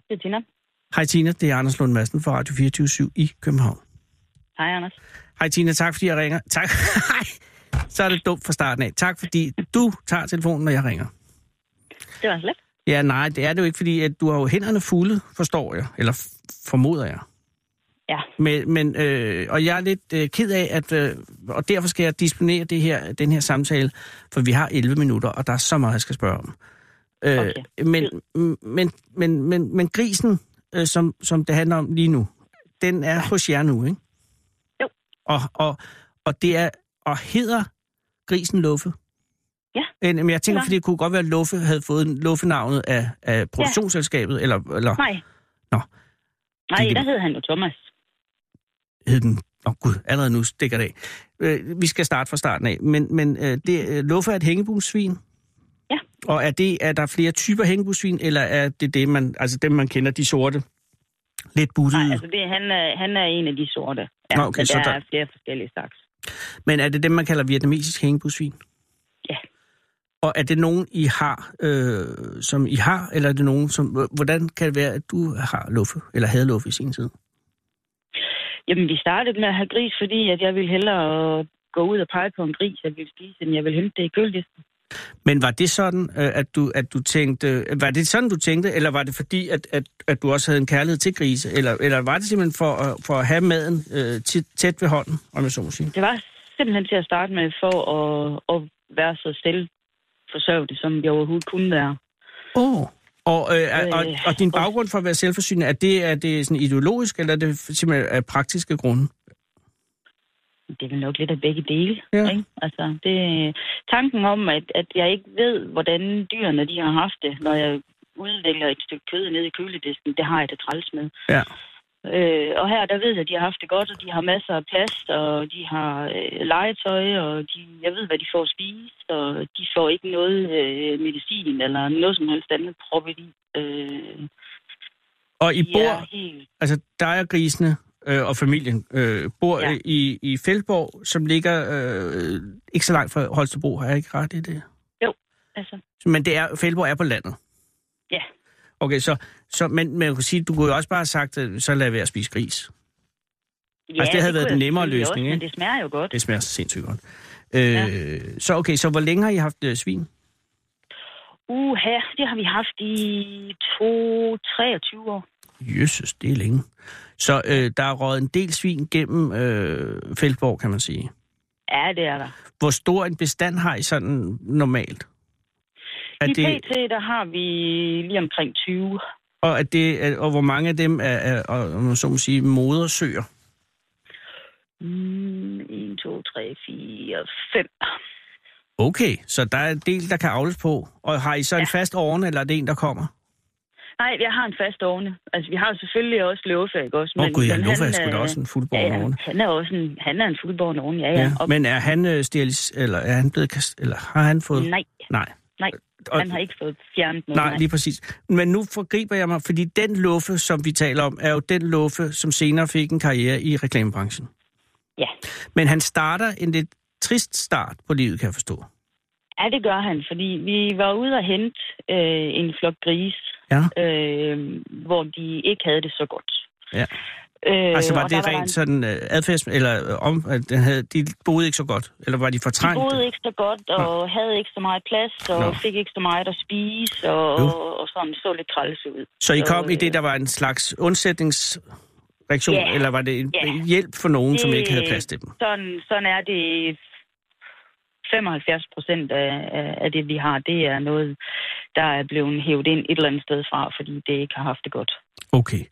P: Det er Tina.
D: Hej Tina, det er Anders Lund Madsen fra Radio 24 i København.
P: Hej, Anders.
D: Hej Tina, tak fordi jeg ringer. Tak. Hej. Så er det dumt fra starten af. Tak fordi du tager telefonen, når jeg ringer.
P: Det var slet.
D: Ja, nej, det er det jo ikke, fordi at du har jo hænderne fulde, forstår jeg, eller f- formoder jeg.
P: Ja.
D: Men, men øh, og jeg er lidt øh, ked af, at, øh, og derfor skal jeg disponere det her, den her samtale, for vi har 11 minutter, og der er så meget, jeg skal spørge om. Øh, okay. men, men, men, men, men, men grisen, øh, som, som det handler om lige nu, den er hos jer nu, ikke?
P: Jo.
D: Og, og, og det er, og hedder grisen Luffe?
P: Ja.
D: En, men jeg tænker,
P: Eller-
D: fordi det kunne godt være, at Luffe havde fået en- Luffe-navnet af, af produktionsselskabet, ja. eller, eller
P: Nej.
D: Nå.
P: Nej,
D: Det-
P: der hed han jo Thomas.
D: hed den... Åh oh, gud, allerede nu stikker det af. Øh, vi skal starte fra starten af. Men, men øh, det, øh, Luffe er et hængebundsvin?
P: Ja.
D: Og er, det, er der flere typer hængebundsvin, eller er det, det man, altså dem, man kender, de sorte? Lidt buttede?
P: Nej, altså det, han, er, han er en af de sorte. Ja,
D: Nå, okay,
P: men
D: så
P: der
D: der-
P: er flere forskellige slags.
D: Men er det dem, man kalder vietnamesisk hængebundsvin?
P: Ja.
D: Og er det nogen, I har, øh, som I har, eller er det nogen, som... Hvordan kan det være, at du har Luffe, eller havde Luffe i sin tid?
P: Jamen, vi startede med at have gris, fordi at jeg ville hellere gå ud og pege på en gris, jeg ville spise, end jeg ville hente det i køledisken.
D: Men var det sådan, øh, at du, at du tænkte, øh, var det sådan, du tænkte, eller var det fordi, at, at, at du også havde en kærlighed til grise, eller, eller var det simpelthen for, at- for at have maden øh, tæt, tæt ved hånden, om jeg så må sige?
P: Det var simpelthen til at starte med for at, at være så stille forsørge det, som jeg overhovedet kunne være.
D: Oh. Og, øh, er- og,
P: Øh,
D: og din baggrund for at være selvforsynende, er det, er det sådan ideologisk, eller er det simpelthen af praktiske grunde?
P: Det er vel nok lidt af begge dele. Ja. Ikke? Altså, det, tanken om, at, at jeg ikke ved, hvordan dyrene de har haft det, når jeg udvælger et stykke kød ned i køledisken, det har jeg det træls med.
D: Ja.
P: Øh, og her, der ved jeg, at de har haft det godt, og de har masser af plast, og de har øh, legetøj, og de, jeg ved, hvad de får at spise, og de får ikke noget øh, medicin eller noget som helst andet proppet i. Øh,
D: Og I
P: de
D: bor,
P: er helt
D: altså dig og grisene øh, og familien, øh, bor ja. i, i Fældborg, som ligger øh, ikke så langt fra Holstebro, har jeg ikke ret i det?
P: Jo, altså,
D: Men det er, Fældborg er på landet?
P: ja.
D: Okay, så, så men, men jeg kunne sige, du kunne jo også bare have sagt, øh, så lad være at spise gris.
P: Ja,
D: Altså, det havde været
P: kunne
D: den
P: jeg
D: nemmere
P: selvfølgelig
D: løsning,
P: også, men
D: ikke?
P: det smager jo godt.
D: Det smager sindssygt godt. Øh, ja. Så okay, så hvor længe har I haft øh, svin?
P: Uha, det har vi haft i 2, 23 år.
D: Jesus, det er længe. Så øh, der er røget en del svin gennem øh, Fældborg, kan man sige.
P: Ja, det er der.
D: Hvor stor en bestand har I sådan normalt? Er
P: I
D: det,
P: PT, der har vi lige omkring 20.
D: og, er det, er- og hvor mange af dem er, er og, om man så må sige, modersøer?
P: Mm, 1, 2, 3, 4, 5.
D: Okay, så der er en del, der kan avles på. Og har I så ja. en fast ovne, eller er det en, der kommer?
P: Nej, jeg har en fast ovne. Altså, vi har jo selvfølgelig også Luffe, ikke også?
D: Åh oh, gud, jeg
P: men
D: lover,
P: han
D: jeg skulle da
P: er-
D: også en fuldborn
P: ja,
D: ovne.
P: Han er også en, han er en fuldborn ovne, ja, ja.
D: Ja,
P: Og,
D: men er han øh, sterilis, eller er han blevet kast, eller har han fået...
P: Nej,
D: Nej.
P: nej,
D: Og-
P: han har ikke fået fjernet noget.
D: Nej, lige præcis. Men nu forgriber jeg mig, fordi den luffe, som vi taler om, er jo den luffe, som senere fik en karriere i reklamebranchen.
P: Ja.
D: Men han starter en lidt trist start på livet, kan jeg forstå.
P: Ja, det gør han, fordi vi var ude og hente øh, en flok gris,
D: Ja.
P: øh, hvor de ikke havde det så godt.
D: Ja.
P: Øh,
D: Øh, altså var
P: og
D: det
P: der
D: rent
P: var
D: var
P: en-
D: sådan øh, adfærds... Eller øh, om, at den havde, de boede ikke så godt? Eller var de
P: De
D: fortrængt?
P: boede ikke så godt, og havde ikke så meget plads, og
D: Nå.
P: fik ikke så meget at spise, og, og, og sådan så lidt træls ud.
D: Så I kom i det, der var en slags undsætningsreaktion?
P: Ja.
D: Eller var det en
P: Ja.
D: hjælp for nogen, som ikke havde plads til dem?
P: Sådan, sådan er det 75 procent af, af- af det, vi har. Det er noget, der er blevet hævet ind et eller andet sted fra, fordi det ikke har haft det godt.
D: Okay.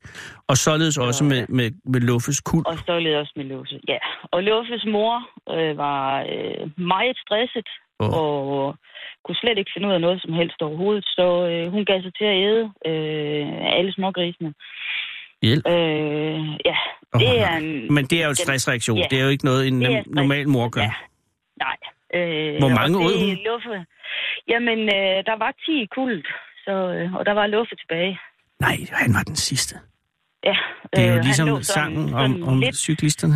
D: Og således også med, med, med Luffes kul.
P: øh, Og så lidt også med Luffe. Ja, og Luffes mor øh, var øh, meget stresset oh. og kunne slet ikke finde ud af noget som helst overhovedet, så øh, hun gav sig til at æde øh, alle smågrisene.
D: Hjælp.
P: Øh, ja, det er en...
D: Men det er jo en stressreaktion.
P: Ja.
D: Det er jo ikke noget, en
P: Det er
D: nem-
P: stress.
D: normal mor gør.
P: Nej. Øh,
D: Hvor mange
P: og det
D: åd hun?
P: Luffe. Jamen, øh, der var 10 i kuld, så, øh, og der var Luffe tilbage.
D: Nej, han var den sidste.
P: Ja,
D: Det er jo
P: øh, han lå
D: ligesom
P: sådan-
D: sangen
P: sådan
D: om, om
P: lidt,
D: cyklisterne.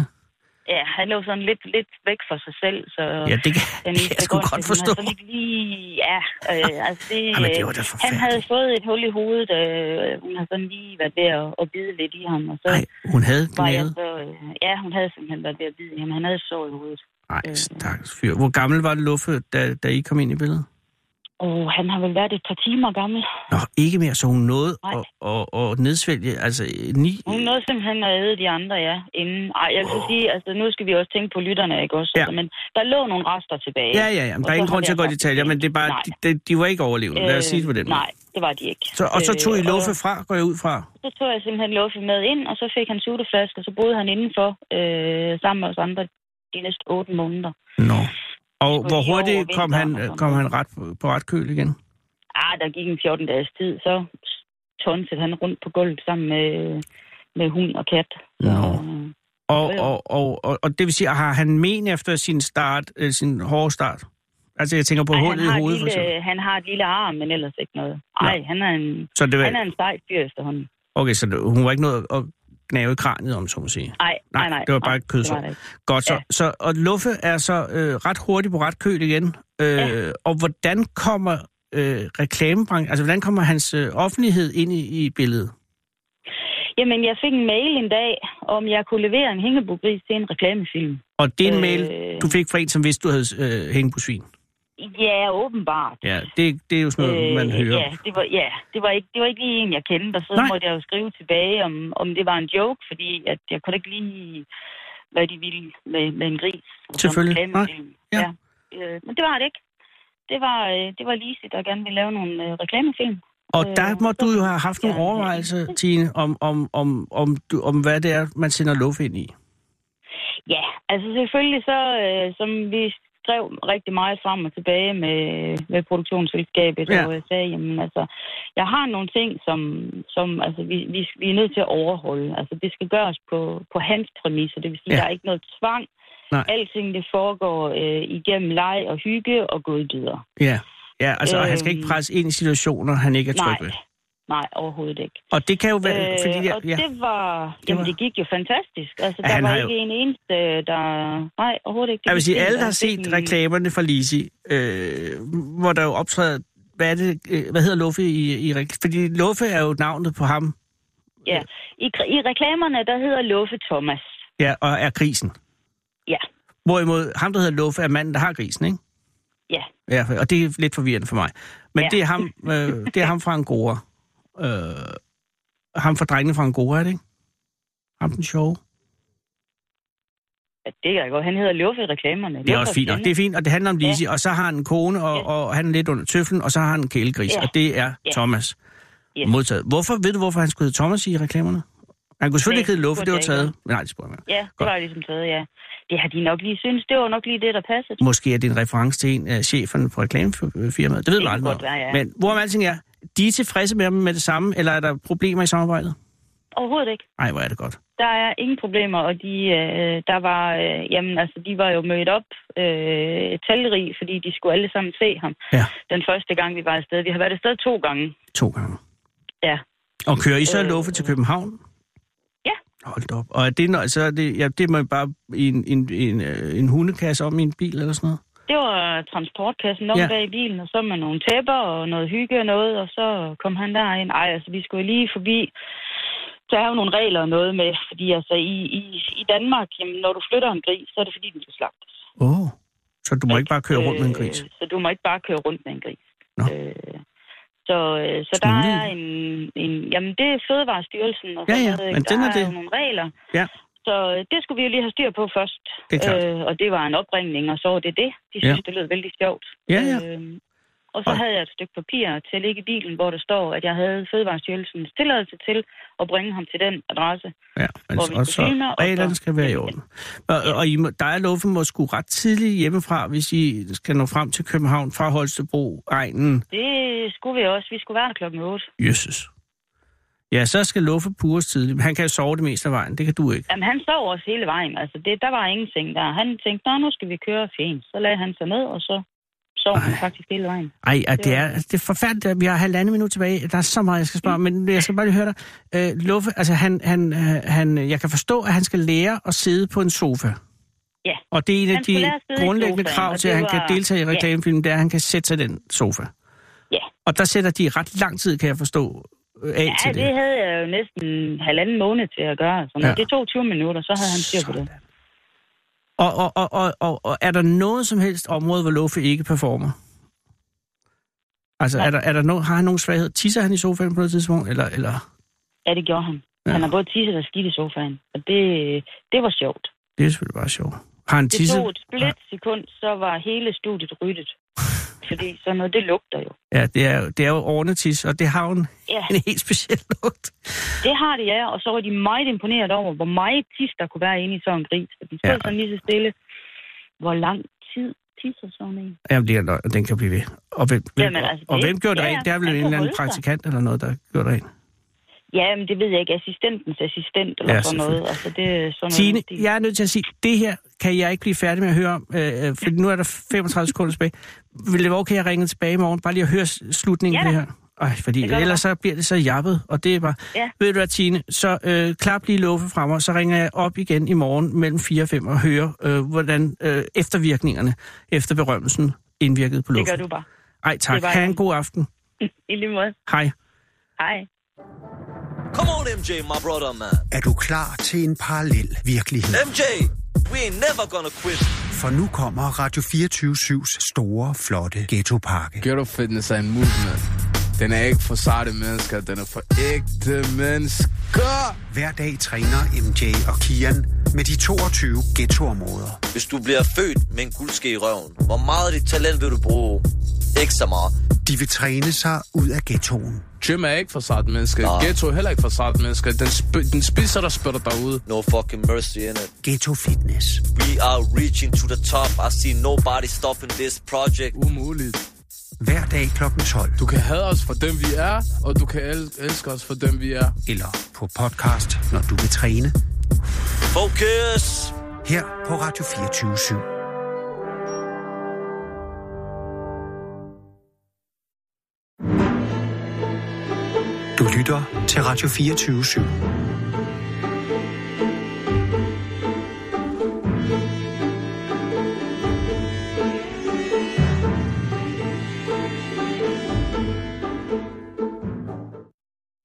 P: Ja, han lå sådan lidt, lidt væk fra sig selv, så...
D: Ja, det kan
P: den,
D: jeg sgu godt forstå. Ah,
P: Han havde sådan ikke lige, ja, øh, altså det,
D: Jamen, det var da
P: øh, han
D: forfærdeligt.
P: havde fået et hul i hovedet, øh, hun har sådan lige været ved at, at bide lidt i ham, og så Ej,
D: Hun havde
P: var jeg
D: knæet.
P: så, øh, ja, hun havde simpelthen været ved at bide i ham, han havde et sår i hovedet.
D: Nej, stakkels fyr. Hvor gammel var Luffe, da, da I kom ind i billedet?
P: Og han har vel været et par timer gammel.
D: Nå, ikke mere, så hun nåede at, at, at nedsvælge, altså øh, ni...
P: Hun nåede simpelthen at æde de andre, ja, inden. Ej, jeg kan sige, altså nu skal vi også tænke på lytterne, ikke også? Ja. Men der lå nogle rester tilbage.
D: Ja, ja, ja.
P: Og
D: Der er
P: så
D: ingen
P: har
D: grund til at gå i
P: jeg sagt,
D: detaljer, men det er bare, de, de, de var ikke overlevende. Lad os
P: øh,
D: sige det på den måde.
P: Nej, det var de ikke.
D: Så, og så tog I
P: Øh,
D: Luffe
P: og
D: fra, går jeg ud fra?
P: Så tog jeg simpelthen Luffe med ind, og så fik han sutteflaske, og så boede han indenfor øh, sammen med os andre de næste otte måneder.
D: Og hvor
P: lige over
D: hurtigt kom
P: vinteren
D: han, kom han ret, på ret køl igen?
P: Ah, der gik en 14 dages tid, så tonsede han rundt på gulvet sammen med, med hund og øh, kat.
D: Nå. Og,
P: jo.
D: og, og, og, og det vil sige, har han men efter sin start, øh, sin hårde start? Altså, jeg tænker på
P: Ej,
D: hullet i
P: har et
D: hovedet, for eksempel.
P: lille, han har et lille arm, men ellers ikke noget. Nej, han er en,
D: Så det var-
P: han er en sej fyr efterhånden.
D: Okay, så det- hun var ikke noget at knave i kraniet, om så må sige.
P: Nej, nej, nej.
D: det var bare
P: nej,
D: et kødsår.
P: det var det ikke.
D: Godt, så, ja. så og Luffe er så øh, ret hurtigt på ret køl igen. Øh, ja. Og hvordan kommer øh, reklamebranchen, altså hvordan kommer hans øh, offentlighed ind i, i billedet?
P: Jamen, jeg fik en mail en dag, om jeg kunne levere en hængebogris til en reklamefilm.
D: Og det er en øh... mail, du fik fra en, som vidste, du havde øh, hængt på svin.
P: Ja, åbenbart.
D: Ja, det, det er jo sådan noget, øh, man hører.
P: Ja, det var, ja det, var ikke, det var ikke lige en, jeg kendte, og så
D: Nej.
P: Nej. måtte jeg jo skrive tilbage, om, om det var en joke, fordi at jeg kunne da ikke lige, hvad de ville med, med en gris. og så en
D: Selvfølgelig. Nej.
P: reklamefilm. Ja. Øh, men det var det ikke. det var, øh, det var Lise, der gerne ville lave nogle øh, reklamefilm.
D: Og
P: Øh,
D: der må du jo have haft nogle overvejelser, Tine, om, om, om, om, du- om hvad det er, man sender luft ind i.
P: Ja, altså selvfølgelig så, øh, som vi skrev rigtig meget frem og tilbage med, med produktionsselskabet,
N: Ja.
P: ja. og jeg sagde, jamen altså, jeg har nogle ting, som, som altså, vi, vi, vi er nødt til at overholde. Altså, det skal gøres på, på hans præmisser, det vil sige,
N: Ja.
P: ja. der er ikke noget tvang.
D: Nej.
P: Alting, det foregår øh, igennem leg og hygge og godbidder.
D: Ja, ja altså, og han skal
P: Øhm.
D: ikke presse ind i situationer, han ikke er tryg ved.
P: Nej, nej, overhovedet ikke.
D: Og det kan jo være,
P: Øh,
D: fordi... Jeg,
P: og
D: ja.
P: det var... Jamen, det gik jo fantastisk. Altså,
D: Ja,
P: der
D: han
P: var
D: har
P: ikke en eneste, der... Nej, overhovedet ikke. Det
D: Jeg vil
P: gik
D: sige,
P: fint.
D: alle, der har
P: Altså, det
D: set
P: gik-
D: reklamerne fra Lisi, øh, hvor der jo optræder... Hvad, er det, øh, hvad hedder Luffe i, i rek- Fordi Luffe er jo navnet på ham,
P: Ja. I, I reklamerne, der hedder Luffe Thomas.
D: ja, og er grisen.
P: Ja,
D: Hvorimod ham, der hedder Luffe, er manden, der har grisen, ikke?
P: ja.
D: Ja, og det er lidt forvirrende for mig. Men ja.
P: Ja.
D: det, er ham, øh, det er ham fra Angora. Øh, ham fra drengene fra Angora, er det ikke? Ham den sjove.
P: Ja, Det kan jeg godt. Han hedder Luffe i reklamerne.
D: Det er
P: Luffe
D: også fint nok.
P: Thomas.
D: Det er fint, og det handler om Lise. Ja. Og så har han en kone, og, og han er lidt under tøflen, og så har han en kælegris,
P: Ja.
D: og det er
P: Ja.
D: Thomas.
P: Ja.
D: Modtaget. Hvorfor, ved du, hvorfor han skulle hedde Thomas i reklamerne? Han kunne selvfølgelig
P: Nej,
D: ikke hedde Luffe,
P: det
D: det var
P: burde jeg
D: taget.
P: ikke.
D: Nej, det spørger jeg.
P: Ja, det var ligesom taget, ja. Det har de nok lige synes. Det var nok lige det, der passede.
D: Måske er det en reference til en af cheferne på reklamefirmaet. Det ved
P: Det
D: man
P: kan
D: aldrig. noget
P: godt
D: om.
P: være, ja.
D: Men hvorom alting er, de er tilfredse med dem med det samme, eller er der problemer i samarbejdet?
P: Overhovedet ikke.
D: Nej, hvor er det godt.
P: Der er ingen problemer, og de, øh, der var, øh, jamen, altså, de var jo mødt op øh, talrige, fordi de skulle alle sammen se ham.
D: Ja.
P: Den første gang, vi var afsted. Vi har været afsted to gange.
D: To gange.
P: Ja.
D: Og kører I så
P: Øh,
D: Luffe til København?
P: Ja.
D: Hold da op. Og er det, når, så er det, ja, det må I bare i en, en, en, øh, en hundekasse om i en bil eller sådan noget?
P: Det var transportkassen om
D: Ja.
P: ja. bag i bilen, og så med nogle tæpper og noget hygge og noget, og så kom han derind. Ej, altså, vi skulle lige forbi. Der er jo nogle regler og noget med, fordi altså i, i, i Danmark, jamen, når du flytter en gris, så er det fordi, den skal slagtes.
D: Åh. Oh. Så du må ikke bare køre rundt med en
P: Øh,
D: gris?
P: Så du må ikke bare køre rundt med en gris. Øh, så, øh, så der
D: Snodigt.
P: er en, en... Jamen, det er Fødevarestyrelsen, og
D: Ja,
P: så
D: ja,
P: ved jeg
D: men
P: ikke,
D: den
P: der
D: er det.
P: jo nogle regler.
D: Ja.
P: Så øh, det skulle vi jo lige have styr på først.
D: Det er klart.
P: Øh, og det var en opringning, og så var det det. De synes,
D: Ja.
P: det lød vældig sjovt.
D: Ja, ja.
P: Øh, og så havde jeg et stykke papir til at ligge i bilen, hvor der står, at jeg havde Fødevarestyrelsens tilladelse til at bringe ham til den adresse.
D: Ja, men
P: øh, hvor vi
D: og
P: skal
D: så
P: filme, og
D: reglerne
P: så-
D: skal være i orden. Og, og I må, dig og Luffe må sgu ret tidligt hjemmefra, hvis I skal nå frem til København fra Holstebro, egnen.
P: Det skulle vi også. Vi skulle være der klokken 8.
D: Jesus. Ja, så skal Luffe pures tidligt. Men han kan jo sove det meste af vejen. Det kan du ikke.
P: Jamen, han sov også hele vejen. Altså, det, der var ingenting der. Han tænkte, nå, nu skal vi køre fint. Så lagde han sig ned, og så sov han faktisk hele vejen.
D: Ej, og det er, altså, det er forfærdeligt, at vi har halvandet minut tilbage. Der er så meget, jeg skal spørge om, men jeg skal bare lige høre dig. Øh, Luffe, altså han, han, øh, han, jeg kan forstå, at han skal lære at sidde på en sofa.
P: Ja.
D: Og det er en af
P: Han skulle
D: de
P: lære at sidde i
D: grundlæggende
P: sofaen,
D: krav
P: og
D: til, at
P: det
D: han
P: var-
D: kan deltage i
P: ja.
D: reklamefilmen, det er, at han kan sætte sig i den sofa.
P: Ja.
D: Og der sætter de ret lang tid, kan jeg forstå, øh, af
P: Ja,
D: til
P: det
D: det.
P: havde jeg jo næsten halvanden måned til at gøre. Så når
D: Ja.
P: ja. det tog 20 minutter, så havde han styr på det.
D: Og, og, og, og, og, og er der noget som helst område, hvor Luffe ikke performer? Altså, er der, er der no, har han nogen svaghed? Tisser han i sofaen på noget tidspunkt, eller... eller?
P: Ja, det gjorde han. Ja. Han har både tisset og skidt i sofaen, og det, det var sjovt.
D: Det er selvfølgelig bare sjovt. Har han
P: Det
D: tisset?
P: tog et split sekund, så var hele studiet ryddet. Fordi sådan noget, det lugter jo.
D: Ja, det er, jo- det er jo ornetis, og det har jo en,
P: Ja.
D: en helt speciel lugt.
P: Det har de, ja, og så var de meget imponeret over, hvor meget tis, der kunne være inde i sådan en gris. Og de stod
D: Ja.
P: ja. sådan lige så stille. Hvor lang tid tisser sådan en?
D: Jamen, det er, løgn, og den kan blive ved. Og hvem, hvem,
P: Jamen,
D: altså,
P: altså,
D: og
P: det-
D: hvem gjorde det
P: ja,
D: rent? Det er vel
P: han
D: en
P: kan
D: eller anden
P: holde sig.
D: praktikant eller noget, der gjorde det rent.
P: Ja, men det ved jeg ikke. Assistentens assistent eller
D: Ja,
P: ja, sådan noget.
D: selvfølgelig.
P: Altså, det er sådan
D: Tine,
P: noget.
D: jeg er nødt til at sige, det her kan jeg ikke blive færdig med at høre om, øh, øh, for nu er der 35 sekunder tilbage. Vil det være okay at ringe tilbage i morgen, bare lige at høre s- slutningen
P: Ja
D: på det
P: da.
D: her? Ej, fordi
P: Det gør du
D: ellers så bliver det så jappet, og det er bare...
P: Ja.
D: Ved du hvad, Tine, så øh, klap lige luffe frem, og så ringer jeg op igen i morgen mellem 4 og 5 og hører, øh, hvordan øh, eftervirkningerne efter berømmelsen indvirkede på
P: Det
D: luften.
P: gør du bare.
D: Ej, tak.
P: Det er bare-
D: Ha' en god aften.
P: I lige måde.
D: Hej.
P: Hej.
Q: Come on, MJ, my brother, man.
E: Er du klar til en parallel virkelighed?
Q: MJ, we ain't never gonna quit.
E: For nu kommer Radio 24-7's store, flotte ghettopakke.
R: Ghetto Fitness er en movement. Den er ikke for sarte mennesker, den er for ægte mennesker.
E: Hver dag træner MJ og Kian med de 22 ghettoområder.
Q: Hvis du bliver født med en guldske i røven, hvor meget af dit talent vil du bruge?
G: Ikke så meget.
S: De vil træne sig ud af ghettoen.
R: Gym er ikke for sart mennesker.
G: Nå.
R: Ghetto er heller ikke for sart mennesker. Den, sp- den spiser og spytter derude.
G: No fucking mercy in it.
S: Ghetto Fitness.
G: We are reaching to the top. I see nobody stopping this project.
R: Umuligt.
S: Hver dag kl. 12.
R: Du kan hade os for dem, vi er, og du kan el- elske os for dem, vi er.
S: Eller på podcast, når du vil træne.
G: Focus!
S: Her på Radio 24 7. Du lytter til Radio 24 7.